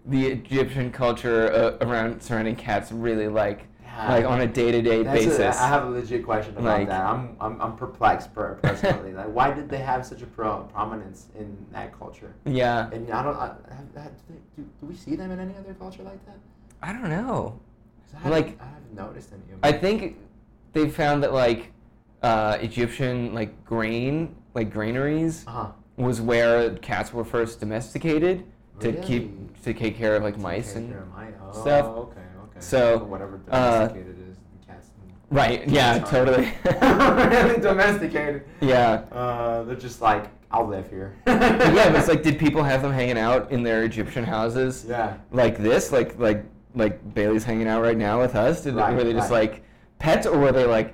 the Egyptian culture uh, around surrounding cats really like, Yeah. like on a day-to-day That's a- basis? I have a legit question about Like- that. I'm, I'm I'm perplexed per- personally. like, why did they have such a pro- prominence in that culture? yeah. And I don't. I, have, have, do, they- do, do we see them in any other culture like that? I don't know. 'Cause I haven't- Like- I haven't noticed any. of I them. think they found that like uh, Egyptian like grain like granaries Uh-huh. was where cats were first domesticated to Really? keep to take care of like mice Okay, and Jeremiah. Oh, stuff. Okay, okay. So, whatever uh, domesticated is, the cats. right yeah Sorry. totally really domesticated. yeah Uh, they're just like, I'll live here. yeah but it's like did people have them hanging out in their Egyptian houses yeah. like this like like like Bailey's hanging out right now with us did Right, were they just right. like pets or were they like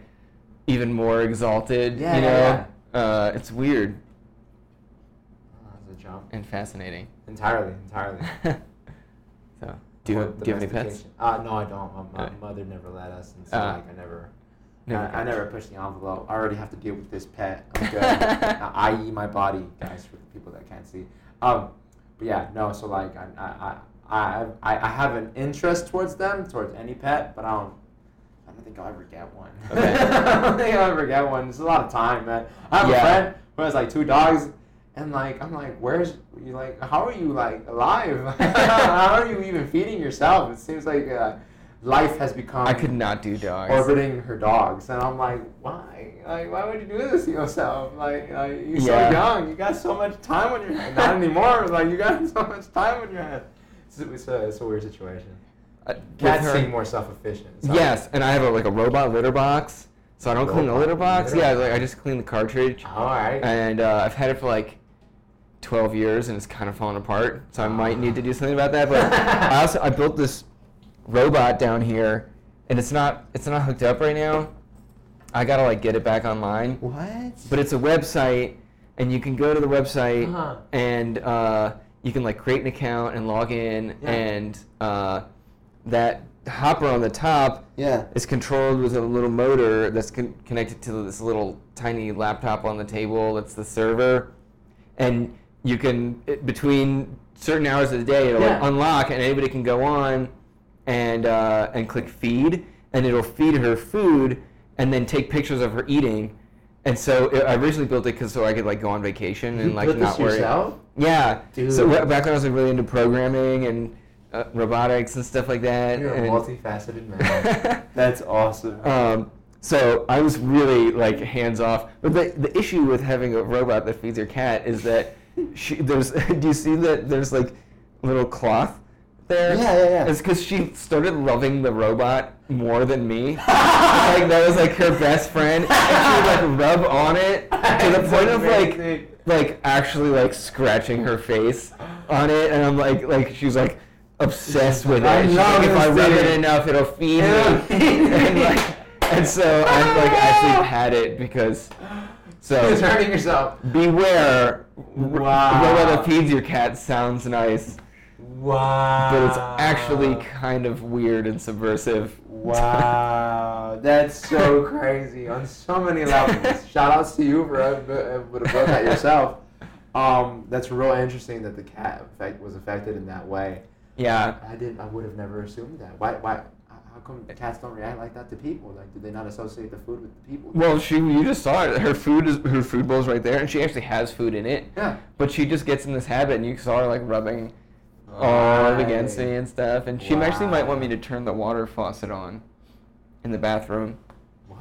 even more exalted Yeah, you yeah, know Uh, it's weird Oh, that's a jump. and fascinating. Entirely, entirely. so, do you, What do you have any pets? domestication- Uh, no, I don't. My, my Okay. mother never let us, and so Ah. like I never. Never I, I got never push the envelope. I already have to deal with this pet. I'm good. Uh, I, I.e. my body, guys, for the people that can't see. Um, but yeah, no. So like, I, I, I, I, I have an interest towards them, towards any pet, but I don't. I don't think I'll ever get one. Okay. I don't think I'll ever get one. It's a lot of time, man. I have Yeah. a friend who has like two dogs, and like I'm like, where's you like? How are you like alive? how are you even feeding yourself? It seems like uh, life has become I could not do dogs. Uh, orbiting her dogs, and I'm like, why? Like, why would you do this to yourself? Like, uh, you're Yeah. so young. You got so much time on your hands. Not anymore. Like, you got so much time on your hands. It's, it's, a, it's a weird situation. Uh, with Cats her- seem more self-efficient. so- Yes, and I have a, like a robot litter box, so I don't clean the Robot litter box. litter Yeah, box. like I just clean the cartridge, All right. and uh, I've had it for like 12 years, and it's kind of fallen apart. So I might need to do something about that. But I also I built this robot down here, and it's not it's not hooked up right now. I gotta like get it back online. what? but it's a website and you can go to the website Uh-huh. and uh, you can like create an account and log in Yeah. and uh, that hopper on the top yeah. is controlled with a little motor that's con- connected to this little tiny laptop on the table that's the server and you can it, between certain hours of the day it'll like, Yeah. unlock and anybody can go on and uh, and click feed and it'll feed her food and then take pictures of her eating and so i I originally built it because so i could like go on vacation and You like built not this worry yourself? yeah so Dude. wh- back when i was like, really into programming and uh, robotics and stuff like that You're a and- multifaceted man. That's awesome. um, so I was really like hands off. But the, the issue with having a robot that feeds your cat is that she, there's do you see that there's like little cloth there? Yeah, yeah, yeah. It's because she started loving the robot more than me. like that was like her best friend, and she would like rub on it to the It's point of amazing. like like actually like scratching her face on it, and I'm like like she was like obsessed with it. I She's love like, if this I rub it thing." enough, it'll feed It'll me. feed and, me. like, and so I've like actually had it because You're so hurting yourself. beware. Wow. Robot that feeds your cat sounds nice, Wow. but it's actually kind of weird and subversive. Wow, that's so crazy on so many levels. Shout outs to you for uh, for the book at yourself. Um, that's real interesting that the cat effect was affected in that way. Yeah. I didn't. I would have never assumed that. Why? Why? How come cats don't react like that to people? Like, do they not associate the food with the people? Well, she you just saw it. Her food is her food bowl's right there, and she actually has food in it. Yeah. But she just gets in this habit, and you saw her like rubbing all up against Right. me and stuff. And she actually might want me to Wow. turn the water faucet on in the bathroom Why?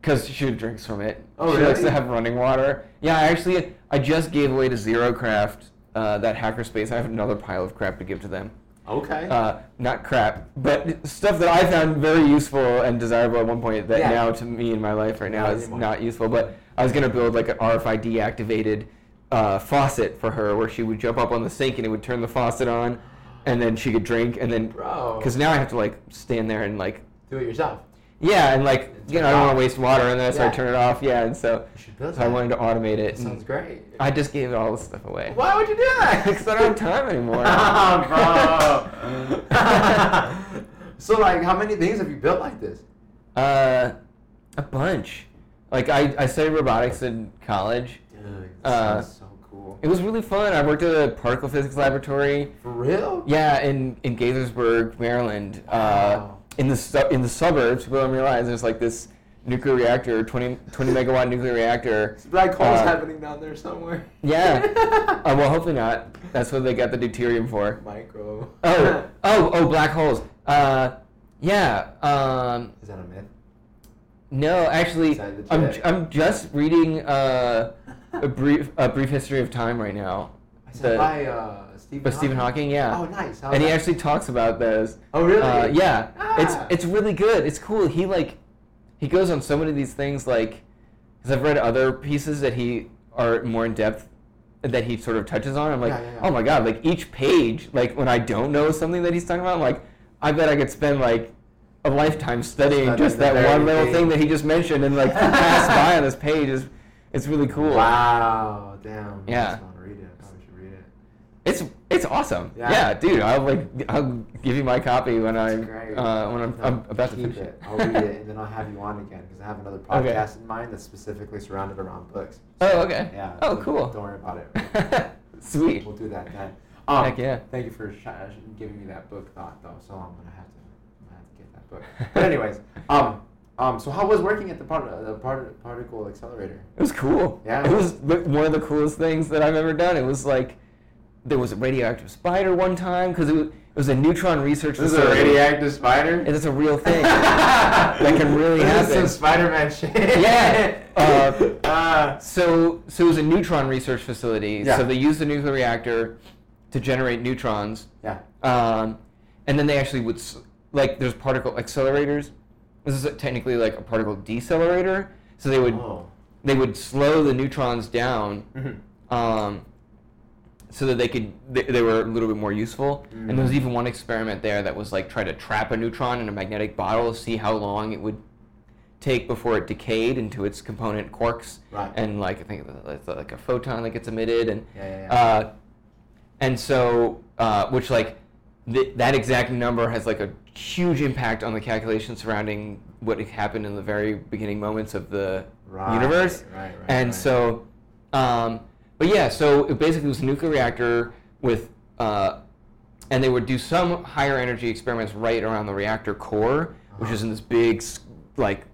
because she drinks from it. Oh, she likes to really? have running water. Yeah, I actually I just gave away to Zero Craft uh, that hackerspace. I have another pile of crap to give to them. Okay. Uh, not crap, but stuff that I found very useful and desirable at one point that Yeah. now to me in my life right now Not is anymore. not useful. But I was gonna build like an RFID activated uh, faucet for her where she would jump up on the sink and it would turn the faucet on, and then she could drink and then Bro. because now I have to like stand there and like do it yourself. yeah and like And you turn know I it don't want off. to waste water and then so I Yeah. turn it off yeah and so, You should build so I that. wanted to automate it. That sounds and great. I just gave all this stuff away. Why would you do that? 'Cause I don't have time anymore. Oh, Bro. so like, how many things have you built like this? Uh, a bunch. Like I, I studied robotics in college. Dude, that Uh, sounds so cool. It was really fun. I worked at a particle physics laboratory. For real? Yeah, in, in Gaithersburg, Maryland. Uh, Wow. in the su- in the suburbs, people don't realize there's like this nuclear reactor, 20, 20 megawatt nuclear reactor. Black hole's Uh, happening down there somewhere. Yeah. Uh, well, hopefully not. That's what they got the deuterium for. Micro. Oh, oh, oh, black holes. Uh, yeah. Um, Is that a myth? No, actually, Is that the I'm, jet? I'm just reading uh, a brief a brief history of time right now. I said The- by uh, Stephen. But Stephen Hawking, yeah. Oh, nice. How and he about- actually talks about those. Oh, really? Uh, yeah, Ah. it's it's really good. It's cool. He like he goes on so many of these things like because I've read other pieces that he are more in depth that he sort of touches on. I'm like, Yeah, yeah, yeah. oh my god! Like each page, like when I don't know something that he's talking about, I'm like, I bet I could spend like a lifetime studying Studying just the that very one little thing. thing that he just mentioned and like pass by on this page is it's really cool. Wow. Damn. I Yeah. just want to read it. I probably should read it. It's it's awesome. Yeah, Yeah. dude. I'll like I'll give you my copy when That's I'm great. uh, when I'm, No, I'm about to keep finish it. I'll read it, and then I'll have you on again because I have another Okay. podcast in mind that's specifically surrounded around books. oh okay. Yeah. Oh don't- Don't cool. worry about it. Sweet. We'll do that then. Um, Heck yeah. Thank you for sh- uh, giving me that book thought though. So I'm gonna have to, I'm gonna have to get that book. But anyways, um, um, so how was working at the part uh, the part- particle accelerator? It was cool. Yeah. It was the- one of the coolest things that I've ever done. It was like there was a radioactive spider one time because it, was- it was a neutron research facility. spider. And it's a real thing. that can really this happen. Is some Spider-Man shit. Yeah, uh, Uh, So, so it was a neutron research facility. Yeah. So they used the nuclear reactor to generate neutrons, yeah. um, and then they actually would s- like there's particle accelerators. This is technically like a particle decelerator. So they would Oh. they would slow the neutrons down, um, so that they could they, they were a little bit more useful. And there Mm. was even one experiment there that was like try to trap a neutron in a magnetic bottle to see how long it would take before it decayed into its component quarks Right. and like I think it's like a photon that gets emitted and Yeah, yeah, yeah. Uh, and so uh, which like th- that exact number has like a huge impact on the calculation surrounding what had happened in the very beginning moments of the Right, universe right, right, and right. so um, but yeah so it basically was a nuclear reactor with uh, and they would do some higher energy experiments right around the reactor core, which is in this big, s- like,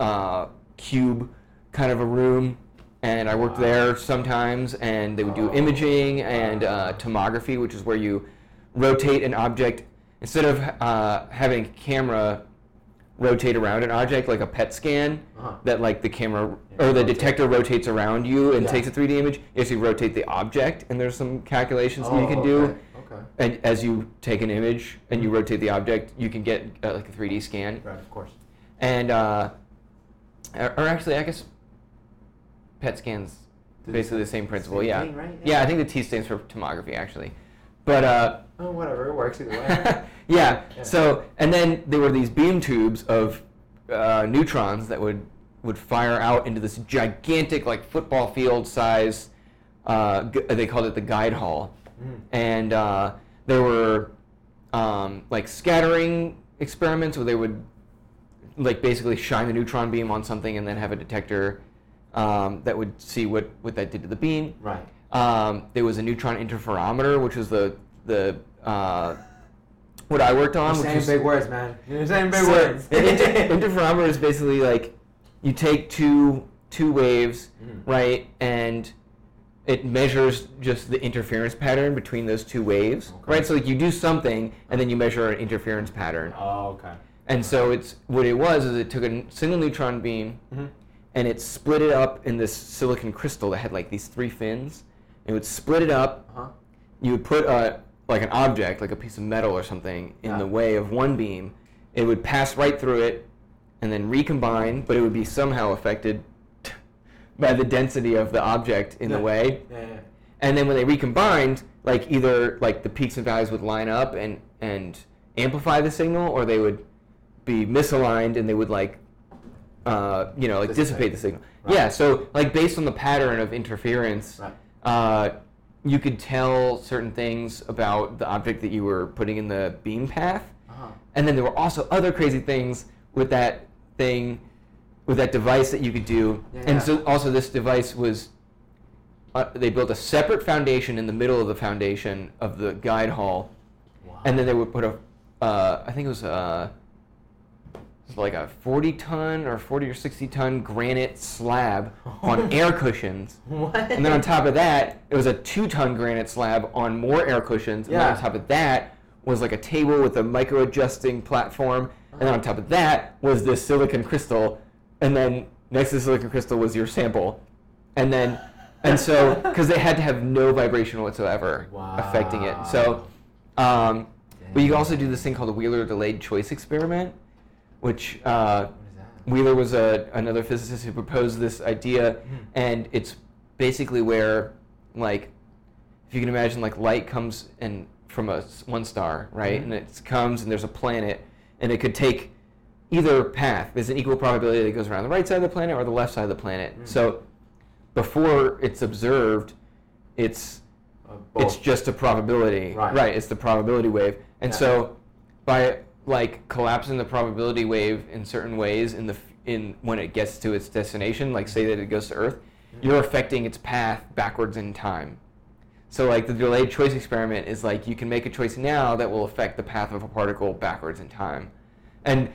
uh, cube kind of a room. And I worked Wow. there sometimes, and they would do Oh. imaging and uh, tomography, which is where you rotate an object instead of uh, having a camera rotate around an object like a PET scan Uh-huh. that like the camera Yeah, or the rotate. detector rotates around you and Yeah. takes a 3D image. You actually rotate the object, and there's some calculations that you can do. okay, Oh, Okay. And as you take an image and you rotate the object, you can get uh, like a 3D scan. Right, of course. And, uh, or or actually, I guess PET scans Do the basically the same- same principle. same yeah. thing, right? yeah, Yeah. I think the T stands for tomography actually, but uh, Oh, whatever. It works either way. yeah. So and then there were these beam tubes of uh, neutrons that would would fire out into this gigantic like football field size. Uh, gu- they called it the guide hall, Mm. and uh, there were um, like scattering experiments where they would like basically shine the neutron beam on something and then have a detector um, that would see what, what that did to the beam. Right. Um, there was a neutron interferometer, which was the the uh, what I worked on, You're which saying was big words, man. You're saying big So, words. an inter- interferometer is basically like you take two two waves, Mhm. right, and it measures just the interference pattern between those two waves, Okay. right? So like you do something and then you measure an interference pattern. Oh, okay. And so it's what it was is it took a single neutron beam Mhm. and it split it up in this silicon crystal that had like these three fins. It would split it up Uh-huh. you would put a like an object, like a piece of metal or something, in Yeah. the way of one beam. It would pass right through it, and then recombine, but it would be somehow affected by the density of the object in the Yeah. way. Yeah, yeah. And then when they recombined, like either like the peaks and valleys would line up and and amplify the signal, or they would be misaligned and they would like. Uh, you know, like dissipate Dissipate. the signal. Right. Yeah, so like based on the pattern of interference, Right. uh, you could tell certain things about the object that you were putting in the beam path. Uh-huh. And then there were also other crazy things with that thing, with that device that you could do. Yeah, yeah. And so also this device was, uh, they built a separate foundation in the middle of the foundation of the guide hall, Wow. and then they would put a, uh, I think it was uh it was like a 40 ton or 40 or 60 ton granite slab on air cushions. what? And then on top of that, it was a two-ton granite slab on more air cushions. And then Yeah. on top of that was like a table with a micro-adjusting platform. And then on top of that was this silicon crystal. And then next to the silicon crystal was your sample. And then, and so, because they had to have no vibration whatsoever affecting it. So, um, but you could also do this thing called the Wheeler delayed choice experiment, which uh, What is that? Wheeler was a, another physicist who proposed this idea, and it's basically where, like, if you can imagine, like light comes and from a s- one star, right, Mhm. and it comes and there's a planet, and it could take either path. There's an equal probability that it goes around the right side of the planet or the left side of the planet. Mm. So, before it's observed, it's Uh, it's both. just a probability. Right. It's the probability wave. And Yeah. so by like collapsing the probability wave in certain ways in the f- in when it gets to its destination, like say that it goes to Earth, Mm-hmm. you're affecting its path backwards in time. So like the delayed choice experiment is like you can make a choice now that will affect the path of a particle backwards in time. And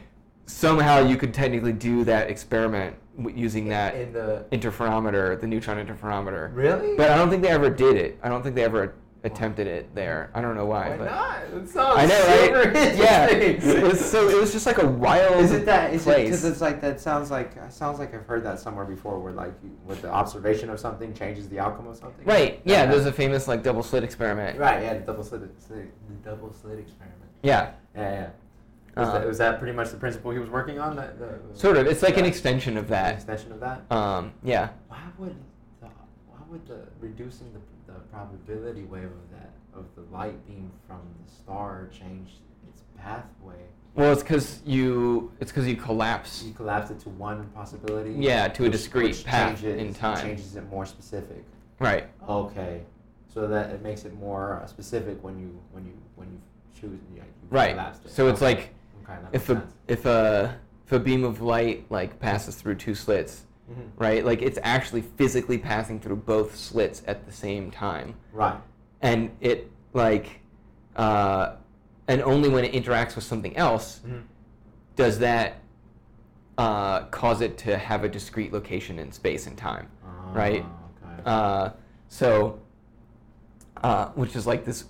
somehow you could technically do that experiment w- using that in the interferometer, the neutron interferometer. really. But I don't think they ever did it. I don't think they ever attempted it there. I don't know why. Why but not? It sounds I know, super right? Yeah. interesting. It was so it was just like a wild. Is it that? Is it place. because it's like that? Sounds like it sounds like I've heard that somewhere before, where like you, with the observation of something changes the outcome of something. right? Yeah, Yeah. there's a famous like double slit experiment. Right. Yeah. The double slit. slit the double slit experiment. Yeah, Yeah. Yeah. Was, Uh, that, was that pretty much the principle he was working on? That, the, sort of. It's like an Yeah. extension of An that. extension of that. Um, yeah. Why would the why would the reducing the, the probability wave of that of the light beam from the star change its pathway? Well, it's because you it's because you collapse. You collapse it to one possibility. Yeah, to a which- discrete which path changes- in time. Changes it more specific. Right. Okay, so that it makes it more uh, specific when you when you when you choose you, like, you Right. collapsed it. So it's Okay. like okay, that if makes a sense. if a if a beam of light like passes through two slits, Mhm. right? Like it's actually physically passing through both slits at the same time. right. and it like uh, and only when it interacts with something else Mhm. does that uh, cause it to have a discrete location in space and time Right. Ah, Okay. uh, so uh, which is like this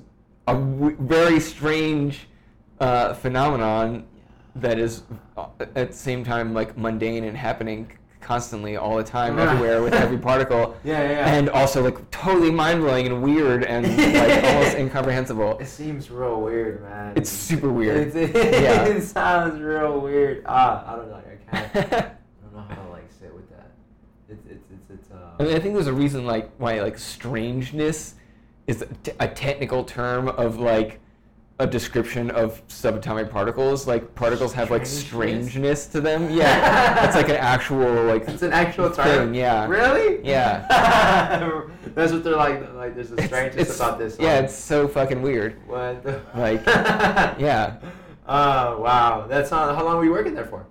a w- very strange uh, phenomenon that is uh, at the same time like mundane and happening constantly all the time Right. everywhere with every particle yeah, yeah, yeah. and also like totally mind-blowing and weird and like almost incomprehensible it seems real weird, man. It's super weird. It, it, Yeah. it sounds real weird. Ah, I don't know. I can't. I don't know how to like sit with that. It's it's it's it's. Uh, I mean, I think there's a reason like why like strangeness is a te- a technical term of like a description of subatomic particles. Like particles have like Strangeness? strangeness to them. Yeah, it's like an actual like It's an actual term. thing, yeah. Really? Yeah. That's what they're like. Like there's a It's- strangeness it's- about this. Yeah, like, it's so fucking weird. What? The Like, yeah. Oh wow, that's not, how long were you working there for?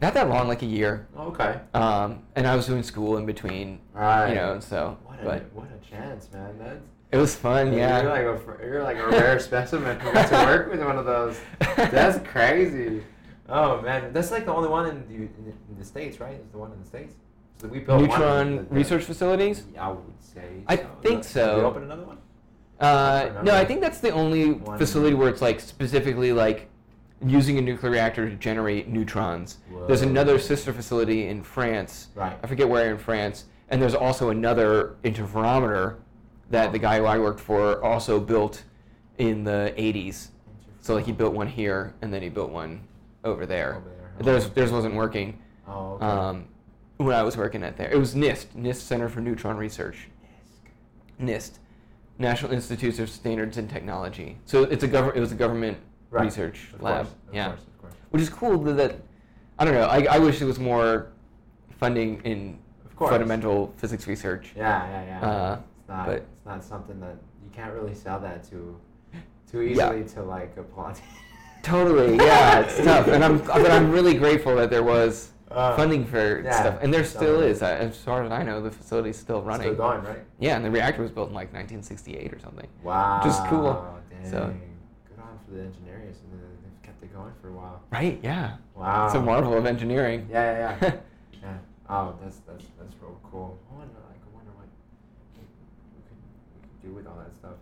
Not that long, like a year. Okay. Um, and I was doing school in between, Right. you know. So, What a Oh, but what a chance, man. That's It was fun, yeah. You're like a fr- you're like a rare specimen who got to work with one of those. That's crazy. Oh man, that's like the only one in the in the, in the states, right? It's the one in the states. So we built one. in Neutron the- research facilities. I would say. I so. think Did so. We open another one. Uh, no, Remember? I think that's the only One- facility where it's like specifically like using a nuclear reactor to generate neutrons. There's Whoa. another sister facility in France. Right. I forget where in France. And there's also another interferometer that the guy who I worked for also built in the 80s. So like he built one here and then he built one over there. Over there. Theirs, theirs wasn't working Oh. Okay. um, when I was working at there. It was NIST, NIST Center for Neutron Research. NIST, National Institutes of Standards and Technology. So it's a government. It was a government Right. research Of lab. course, of yeah, course, of course. which is cool that, that I don't know. I, I wish there was more funding in Of course. fundamental physics research. Yeah, yeah, yeah. Uh, it's not. but- it's not something that you can't really sell that to, too Yeah. easily to like a plot. Totally. Yeah, it's tough, and I'm but I'm really grateful that there was. Uh, funding for yeah, stuff, and there still definitely. is. I- As far as I know, the facility's still It's running. Still going, right? yeah, and the reactor was built in like 1968 or something. Wow. Just cool. Dang. So- Good on for the engineers, and then they've kept it going for a while. Right? Yeah. Wow. It's a marvel of engineering. Uh, Yeah, yeah, yeah. yeah. Oh, that's that's that's real cool. I wonder, like, I wonder what we could, we could do with all that stuff.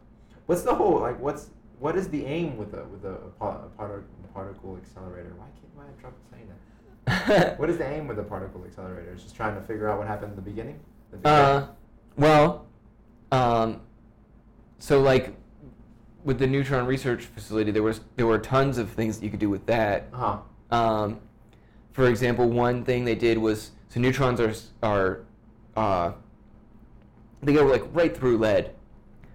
What's the whole like? What's what is the aim with a with a, par- a partic- particle accelerator? Why can't why have trouble saying that? What is the aim with a particle accelerator? It's just trying to figure out what happened in the beginning. The big uh, well, um, so like with the neutron research facility, there was there were tons of things that you could do with that. Bang? uh-huh. Um, for example, one thing they did was so neutrons are s- are uh, they go like right through lead,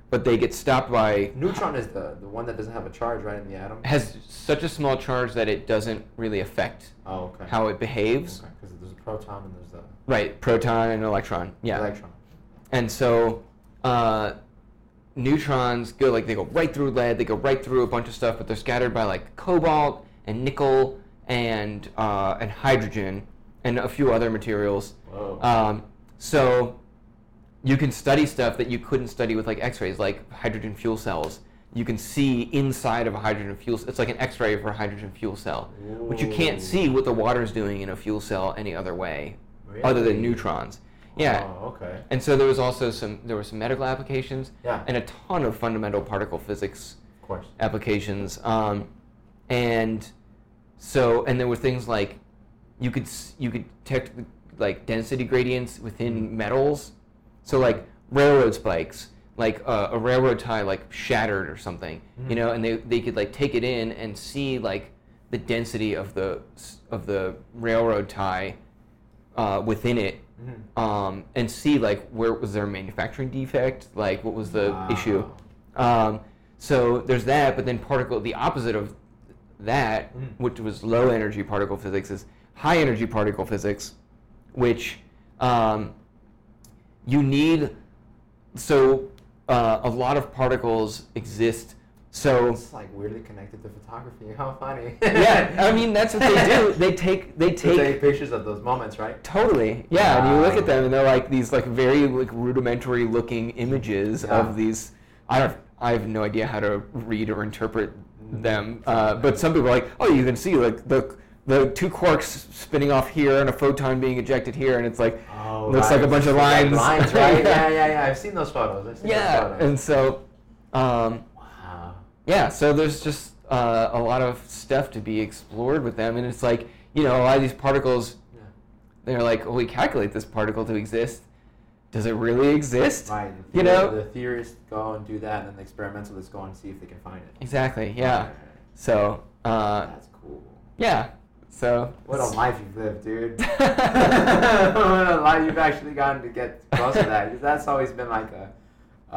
but they get stopped by Neutron is the the one that doesn't have a charge right in the atom. has such a small charge that it doesn't really affect Oh, okay. how it behaves. Because there's a proton and there's a Right, proton and electron. Yeah. electron. And so uh, neutrons go like they go right through lead, they go right through a bunch of stuff, but they're scattered by like cobalt and nickel and uh, and hydrogen and a few other materials. Whoa. Um, so you can study stuff that you couldn't study with like X-rays, like hydrogen fuel cells. You can see inside of a hydrogen fuel. c- It's like an X-ray for a hydrogen fuel cell, which you Ooh. can't see what the water's doing in a fuel cell any other way, other than Really? neutrons. Yeah. Oh, okay. And so there was also some there were some medical applications Yeah. and a ton of fundamental particle physics Of course. applications. Um, and so and there were things like you could s- you could detect like density gradients within metals. So like railroad spikes, like uh, a railroad tie like shattered or something, you Mhm. know, and they, they could like take it in and see like the density of the s- of the railroad tie uh, within it Mhm. um, and see like where was there a manufacturing defect like what was the issue Wow. um, so there's that but then particle the opposite of that Mm. which was low energy particle physics is high energy particle physics which um, you need so uh, a lot of particles exist so It's like weirdly connected to photography. How funny. yeah i mean that's what they do they take they They take take pictures of those moments, right? Totally. Yeah, and you look at Wow. them and they're like these like very like rudimentary looking images Yeah. of these I don't I have no idea how to read or interpret them. Uh, but some people are like, "Oh, you can see like the the two quarks spinning off here and a photon being ejected here and it's like Oh, looks like a bunch of lines." Lines, right? yeah, yeah, yeah. I've seen those photos. I've seen Yeah. Those photos. And so um wow. yeah, so there's just uh, a lot of stuff to be explored with them and it's like, you know, a lot of these particles Yeah. they're like, well, we calculate this particle to exist. Does it really exist? Right. The You theor- know- the theorists go and do that, and then the experimentalists go and see if they can find it. Exactly. Yeah. So, uh, That's cool. yeah. So. What a life you've lived, dude. life. what a lot you've actually gotten to get close to that because that's always been like a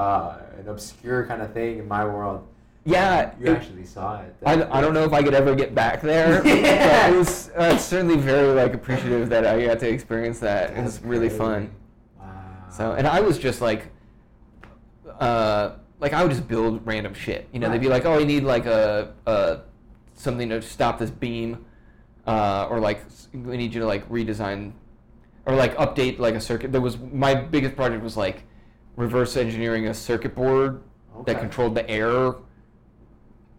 uh, an obscure kind of thing in my world. yeah. You it- actually saw it. I, I don't know if I could ever get back there. Yeah. But it was uh, certainly very like appreciative that I got to experience that. it was That's really crazy. fun. Wow. So, and I was just like, uh, like I would just build random shit. You know, they'd be like, oh, I need like a, a something to stop this beam, uh, or like s- we need you to like redesign, or like update like a circuit. There was my biggest project was like reverse engineering a circuit board that controlled the air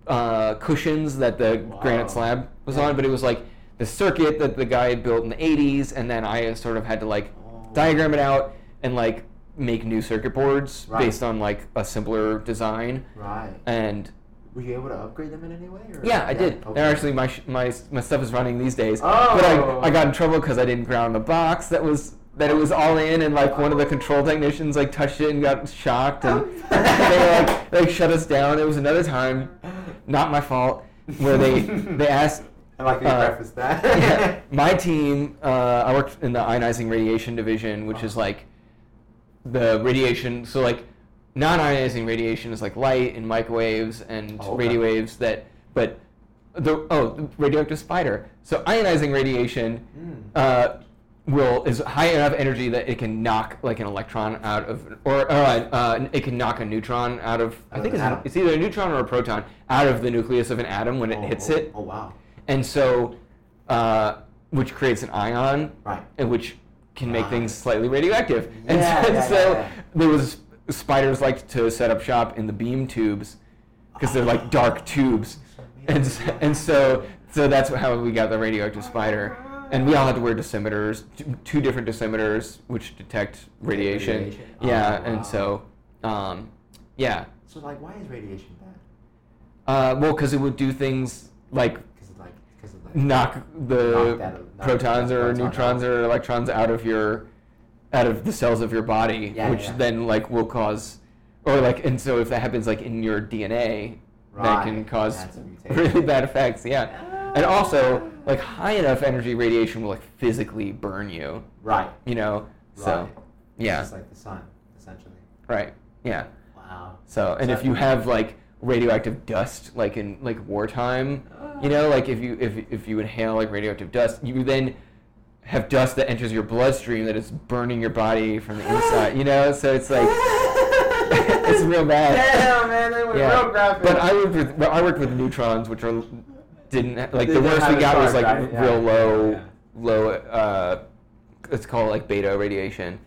uh, cushions that the Wow. granite slab was on, but it was like the circuit that the guy had built in the 80s, and then I uh, sort of had to like Oh. diagram it out and like make new circuit boards Right. based on like a simpler design. Right. And Were you able to upgrade them in any way? Or? yeah, I did. okay. They're actually my, sh- my my stuff is running these days. Oh. But I, I got in trouble because I didn't ground the box that was that it was all in, and like one of Oh. the control technicians like touched it and got shocked, and they like like shut us down. It was another time, not my fault, where they they asked I like that you uh, prefaced that. yeah, my team, uh, I worked in the ionizing radiation division, which is like the radiation. So like non-ionizing radiation is like light and microwaves and Oh, okay. radio waves that, but the oh the radioactive spider. So ionizing radiation Mm. uh, will is high enough energy that it can knock like an electron out of or, or uh, uh, it can knock a neutron out of I Out of think an it's, atom. it's either a neutron or a proton out of the nucleus of an atom when it Oh, hits oh, it Oh wow. and so uh, which creates an ion Right. and which can make Ah. things slightly radioactive and Yeah, so, yeah, so yeah, yeah. there was spiders liked to set up shop in the beam tubes because they're like Ah. dark tubes and, s- and so so that's how we got the radioactive spider and we all had to wear decimeters t- two different decimeters which detect radiation, Radiation. Oh, yeah wow. and so um, yeah So like, why is radiation bad? uh, well because it would do things like Because it's like, because it's like. knock the Knock that- knock protons that or proton neutrons out. or electrons out of your out of the cells of your body Yeah, which yeah. then like will cause or like and so if that happens like in your dna that can Right, cause that's a mutation. really bad effects yeah and also like high enough energy radiation will like physically burn you Right. you know so Right. yeah It's just like the sun, essentially. right yeah Wow. so, and if you have like radioactive dust, like in like wartime, you know, like if you if if you inhale like radioactive dust, you then have dust that enters your bloodstream that is burning your body from the inside. You know, so it's like it's real bad. Damn, man, they went Yeah. real graphic. But I worked with well, I worked with neutrons, which are didn't ha- like They the didn't worst we have a got was like charge, right? Yeah, real yeah, low yeah. low uh, it's called like beta radiation.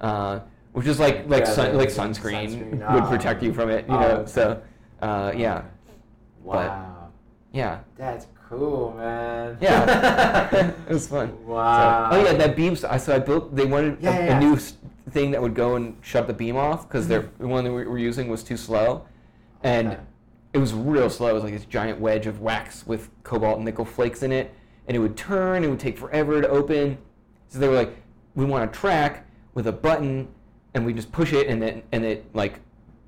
Uh, which is like like Yeah, sun, the- like the sunscreen, sunscreen. would Ah. protect you from it, you Oh, know. okay. So, uh, yeah, Wow. yeah. That's cool, man. Yeah. It was fun. So- Wow. oh yeah, that beam. So I, so I built. They wanted Yeah, a, yeah, a yeah. new s- thing that would go and shut the beam off because Mm-hmm. the one that we were using was too slow, and Okay. it was real slow. It was like this giant wedge of wax with cobalt and nickel flakes in it, and it would turn. It would take forever to open. So they were like, we want a track with a button, and we just push it, and then and it like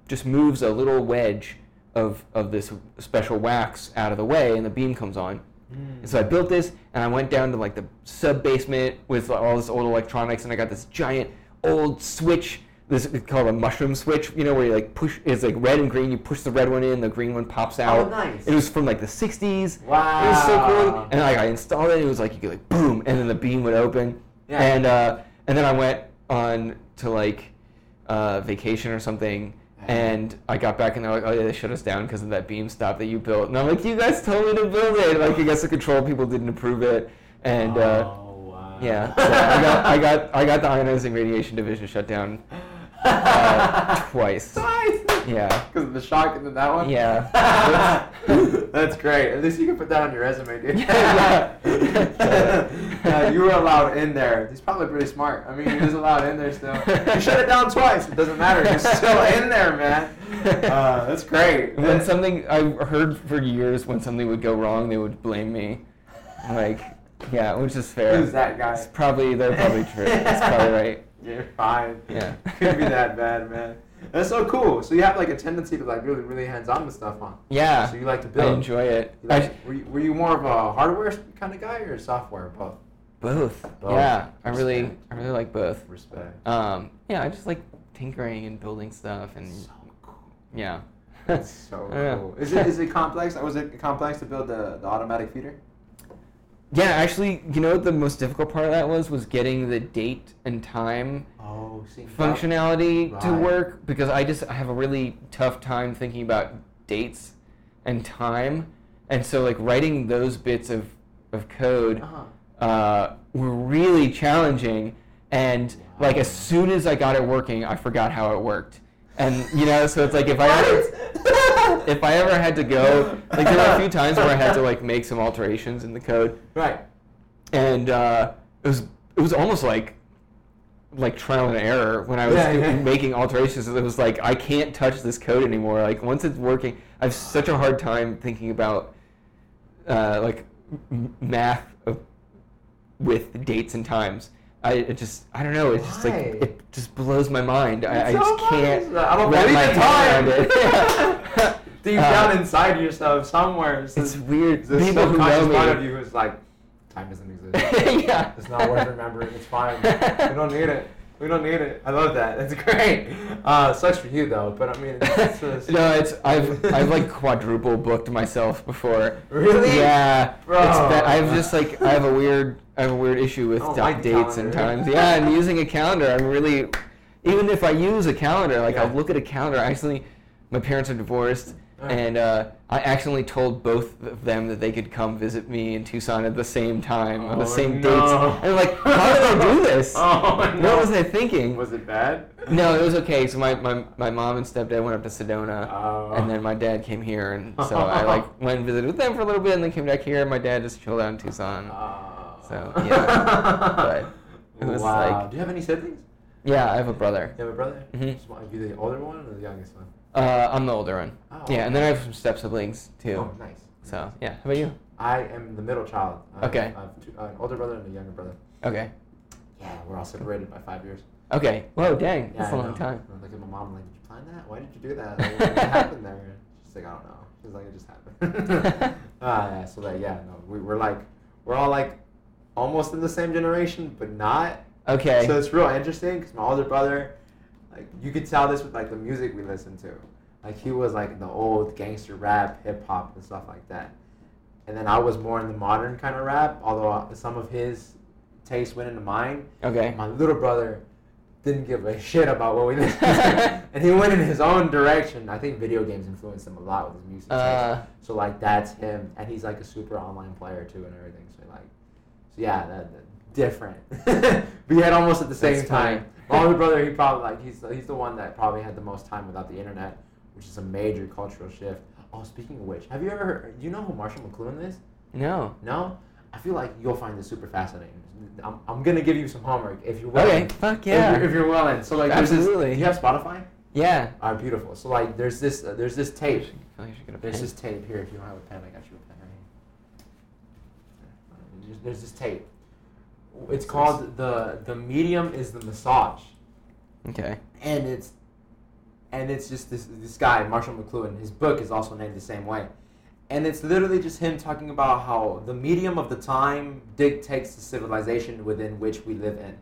just moves a little wedge of of this special wax out of the way, and the beam comes on. Mm. And so I built this, and I went down to like the sub basement with like, all this old electronics, and I got this giant old switch. This is called a mushroom switch, you know, where you like push. It's like red and green. You push the red one in, the green one pops out. Oh, nice. It was from like the '60s. Wow. It was so cool. And like I installed it, and it was like you could like boom, and then the beam would open. Yeah. And uh, and then I went on to like uh, vacation or something. Yeah. And I got back and they're like, oh yeah, they shut us down because of that beam stop that you built. And I'm like, you guys told me to build it. Like, I guess the control people didn't approve it. And uh, oh, wow. yeah, so I got I got I got the ionizing radiation division shut down uh, twice. Twice. Yeah, Because of the shock into that one? yeah. That's great. At least you can put that on your resume, dude. Yeah. Yeah, you were allowed in there. He's probably pretty smart. I mean, he was allowed in there still. You shut it down twice. It doesn't matter. You're still in there, man. Uh, that's great. when something I heard for years when something would go wrong, they would blame me. Like, yeah, which is fair. Who's that guy? It's probably they're probably true. It's probably right. You're fine. Yeah. Couldn't be that bad, man. That's so cool. So you have like a tendency to like really, really hands on with stuff, huh? Yeah, So you like to build. I enjoy it. You I, like- were, you, were you more of a hardware kind of guy or software? Both. both. Both. Yeah, I really, Respect. I really like both. Respect. Um, yeah, I just like tinkering and building stuff, and So cool. yeah. That's so Yeah. cool. Is it is it complex? Was it complex to build the, the automatic feeder? yeah, actually, you know what the most difficult part of that was was getting the date and time Oh, see. functionality to Right. work because I just I have a really tough time thinking about dates and time, and so like writing those bits of of code Uh-huh. uh, were really challenging. and like as soon as I got it working, I forgot how it worked. And you know, so it's like if I What? ever, if I ever had to go, like there were a few times where I had to like make some alterations in the code, Right. and uh, it was it was almost like like trial and error when I was Yeah, yeah. making alterations. It was like I can't touch this code anymore. Like once it's working, I have such a hard time thinking about uh, like m- math of, with dates and times. I it just I don't know. It just like Why? it just blows my mind. I, I It's so just can't funny. I don't wrap believe my in head around time. it. Deep Uh, down inside yourself, somewhere, it's it's this- weird. this People who subconscious know me. part of you is like, time doesn't exist. yeah. It's not worth remembering. It's fine. We don't need it. We don't need it. I love that. That's great. Uh, sucks for you though, but I mean, it's just, no, it's I've I've like quadruple booked myself before. Really? Yeah, Bro. It's ba- I've just like I have a weird I have a weird issue with I don't da- like the dates Oh, calendar. and times. Yeah, and using a calendar, I'm really even if I use a calendar, like Yeah. I'll look at a calendar. I accidentally, my parents are divorced, Right. and uh, I accidentally told both of them that they could come visit me in Tucson at the same time on Oh, the same no. dates. And like, how did I do this? Oh no. What was I thinking? Was it bad? No, it was okay. So my, my, my mom and stepdad went up to Sedona, Oh. and then my dad came here, and so I like went and visited with them for a little bit, and then came back here, and my dad just chilled out in Tucson. Oh. Um, So, yeah. But it was wow. like- Do you have any siblings? yeah, I have a brother. You have a brother? Mhm. Just one- Are you the older one or the youngest one? Uh, I'm the older one. Oh, yeah, and then I have some step siblings too. Oh, nice. So yeah, how about you? I am the middle child. I Okay. Have, I have two, an older brother and a younger brother. Okay. Yeah, we're all separated by five years. Okay. Whoa, dang, Yeah, that's I a long know. time. I look at my mom I'm like, did you plan that? Why did you do that? Like, what happened there? She's like, I don't know. She's like, it just happened. Ah, yeah. So that, yeah, no, we were like, we're all like, almost in the same generation, but not. Okay. So it's real interesting because my older brother, like you could tell this with like the music we listened to. Like he was like the old gangster rap, hip hop, and stuff like that. And then I was more in the modern kind of rap, although some of his tastes went into mine. okay. My little brother didn't give a shit about what we listened to, and he went in his own direction. I think video games influenced him a lot with his music. taste. Uh, So like that's him, and he's like a super online player too, and everything. So like, so yeah, that, that- different. but yet almost at the same That's funny. time. My older brother, he probably like he's he's the one that probably had the most time without the internet, which is a major cultural shift. Oh, speaking of which, have you ever heard, you know who Marshall McLuhan is? no. No, I feel like you'll find this super fascinating. I'm, I'm gonna give you some homework if you're willing. Okay. Fuck yeah. If you're, if you're willing, so like there's this- Absolutely. do you have Spotify? yeah. All right, beautiful. So like there's this uh, there's this I tape. should- I feel like I should get a There's pen. this tape here. If you don't have a pen, I got you a pen right here. There's, there's this tape. It's called the the medium is the massage, Okay. and it's and it's just this this guy Marshall McLuhan. His book is also named the same way, and it's literally just him talking about how the medium of the time dictates the civilization within which we live in.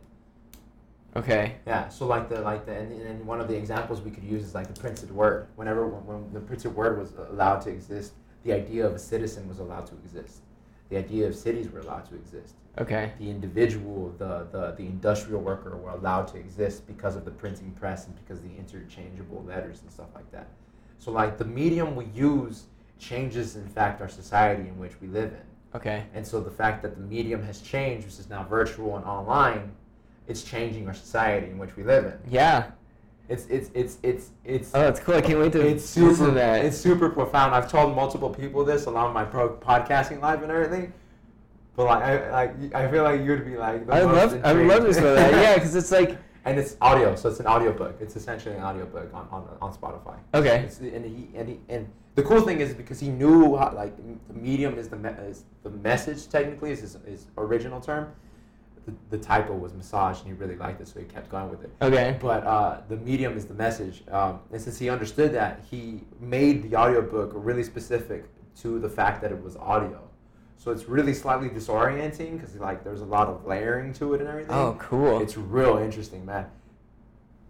Okay. Yeah. So like the like the and, and one of the examples we could use is like the printed word. Whenever when the printed word was allowed to exist, the idea of a citizen was allowed to exist. The idea of cities were allowed to exist. Okay. The individual, the the, the industrial worker were allowed to exist because of the printing press and because of the interchangeable letters and stuff like that. So like the medium we use changes in fact our society in which we live in. Okay. And so the fact that the medium has changed, which is now virtual and online, it's changing our society in which we live in. Yeah. It's it's it's it's it's Oh, that's cool. I can't wait to it's listen super to that. it's super profound. I've told multiple people this along my pro- podcasting life and everything. But like I like I feel like you'd be like the I most love I intrigued. love this for that. Yeah, because it's like and it's audio, so it's an audiobook. It's essentially an audiobook on on, on Spotify. okay, It's, and he and he, and the cool thing is because he knew how, like m- the medium is the me- is the message technically is his, his original term. The, the typo was massage, and he really liked it, so he kept going with it. okay, But uh, the medium is the message, um, and since he understood that, he made the audiobook really specific to the fact that it was audio. So it's really slightly disorienting because like there's a lot of layering to it and everything. oh cool. It's real interesting, man.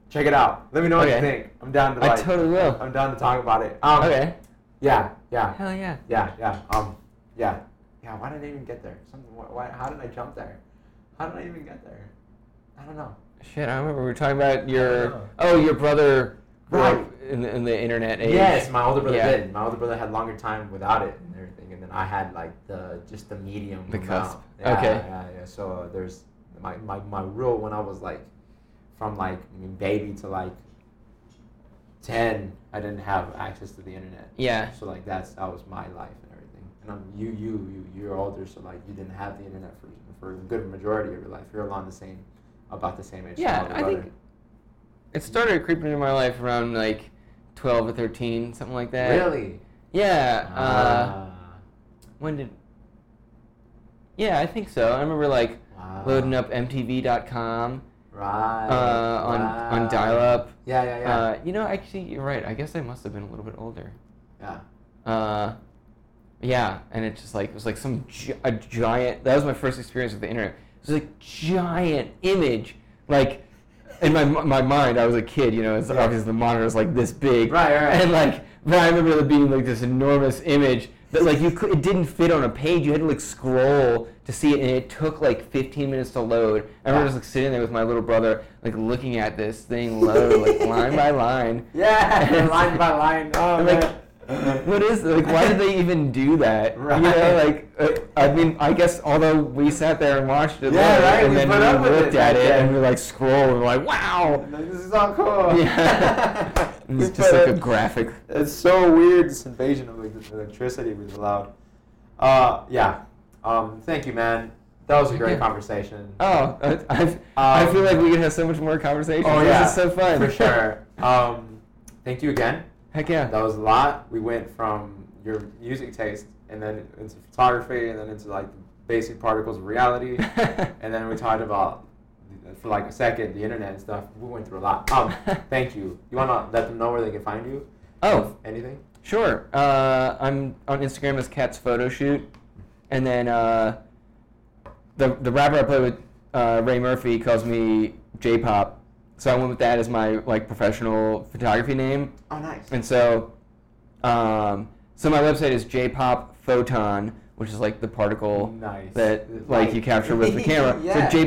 Check it out. Let me know what Okay. you think. I'm down to I like. totally will. I'm down to talk about it. Um, Okay, Yeah, yeah, hell yeah. yeah, yeah. Um, yeah, yeah. Why did I even get there? Something. Why, why? How did I jump there? How did I even get there? I don't know. Shit, I remember we were talking about I your know. oh your brother grew Right. up in the, in the internet age. Yes, my older brother Yeah. did. My older brother had longer time without it and everything, and then I had like the just the medium. The amount. cusp. Yeah, Okay. Yeah, yeah. So uh, there's my, my, my rule when I was like from like I mean, baby to like ten, I didn't have access to the internet. Yeah. So like that's that was my life and everything. And I'm you you you you're older, so like you didn't have the internet for for a good majority of your life. You're around the same about the same age. as Yeah, my I brother. think it started creeping into my life around like 12 or 13, something like that. really. Yeah. Uh, Ah, when did. Yeah, I think so. I remember like wow. loading up MTV.com right, uh, on, on right. dial up. Yeah, yeah, yeah. Uh, you know, actually, you're right. I guess I must have been a little bit older. yeah. Uh, yeah, and it just like it was like some gi- a giant. That was my first experience with the internet. It was like giant image, like in my my mind. I was a kid, you know. It's Yeah. obviously the monitor was like this big, Right, right, right. And like, but I remember there being like this enormous image that like you could, it didn't fit on a page. You had to like scroll to see it, and it took like 15 minutes to load. I remember Yeah. just like sitting there with my little brother, like looking at this thing load like line by line. Yeah, line by line. Oh, And, like, man. What is like? Why did they even do that? You know, Right. like uh, I mean, I guess although we sat there and watched it, Yeah, live, right, and we then put up we with looked it, at it yeah. and we like scrolled and we're like, wow, Like, This is all cool. Yeah. and it's just like a graphic. It's so weird this invasion of elec- electricity was allowed. Uh, yeah. Um, thank you, man. That was a great Yeah. conversation. Oh, I, I, I feel like we could have so much more conversation. Um, Oh, this yeah, is so fun for sure. Um, thank you again. Heck yeah. That was a lot. We went from your music taste, and then into photography, and then into like basic particles of reality, and then we talked about for like a second the internet and stuff. We went through a lot. Um, thank you. You wanna let them know where they can find you? oh, Anything? Sure. Uh, I'm on Instagram as Cat's Photo Shoot, and then uh, the the rapper I play with, uh, Ray Murphy, calls me J-pop, so I went with that as my like professional photography name, Oh, nice. and so um, so my website is J-pop Photon, which is like the particle Nice. that like you capture with the camera. yeah. So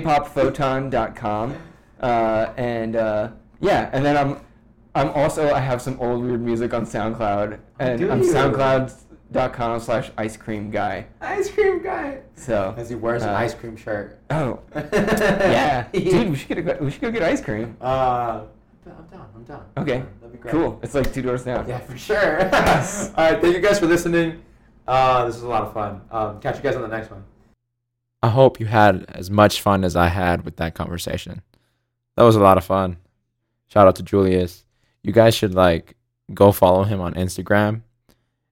jpopphoton.com, uh, and uh, yeah, and then I'm I'm also I have some old weird music on SoundCloud, and Oh, do I'm you? SoundCloud.com slash ice cream guy. ice cream guy. So As he wears an Uh, ice cream shirt. oh yeah, dude, we should get a, we should go get ice cream. Uh, I'm down. I'm down. Okay, That'd be great. cool. It's like two doors down. Yeah, for sure. All right, thank you guys for listening. Uh, this was a lot of fun. Um, catch you guys on the next one. I hope you had as much fun as I had with that conversation. That was a lot of fun. Shout out to Julius. You guys should like go follow him on Instagram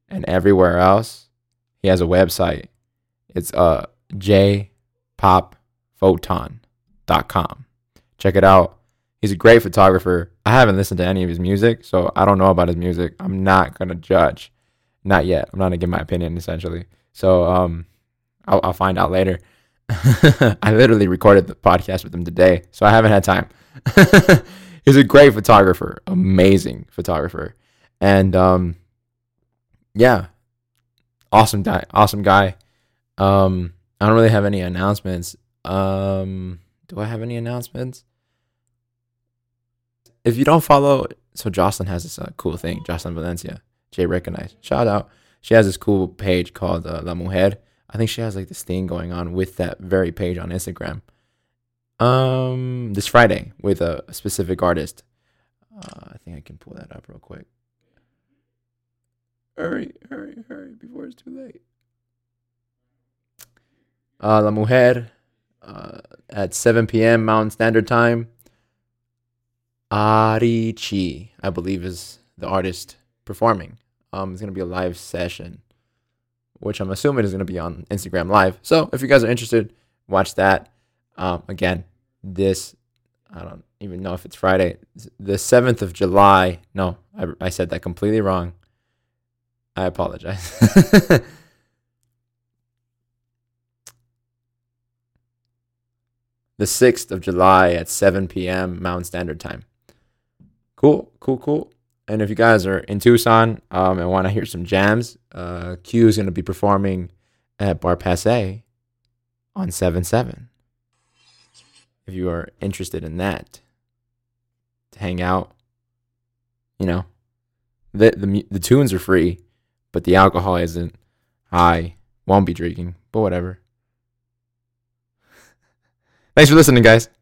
and everywhere else. He has a website. It's uh jpopphoton.com. Check it out. He's a great photographer. I haven't listened to any of his music, so I don't know about his music. I'm not gonna judge. Not yet. I'm not gonna give my opinion essentially. So um I'll, I'll find out later. I literally recorded the podcast with him today, so I haven't had time. He's a great photographer, amazing photographer, and um, yeah, awesome guy, awesome guy. Um, I don't really have any announcements. Um, do I have any announcements? If you don't follow, so Jocelyn has this uh, cool thing, Jocelyn Valencia, Jay recognized, shout out. She has this cool page called uh, La Mujer. I think she has like this thing going on with that very page on Instagram. Um, this Friday with a specific artist. Uh, I think I can pull that up real quick. Hurry, hurry, hurry before it's too late. Uh, La Mujer uh, at 7 p.m. Mountain Standard Time. Arichi, I believe, is the artist performing. Um, it's gonna be a live session which I'm assuming is going to be on Instagram Live. So if you guys are interested, watch that. Um, again, this, I don't even know if it's Friday, the 7th of July. No, I, I said that completely wrong. I apologize. the 6th of July at 7 p.m. Mountain Standard Time. Cool, cool, cool. And if you guys are in Tucson um, and want to hear some jams, uh, Q is going to be performing at Bar Passe on 7 7. If you are interested in that, to hang out, you know, the, the, mu- the tunes are free, but the alcohol isn't. I won't be drinking, but whatever. Thanks for listening, guys.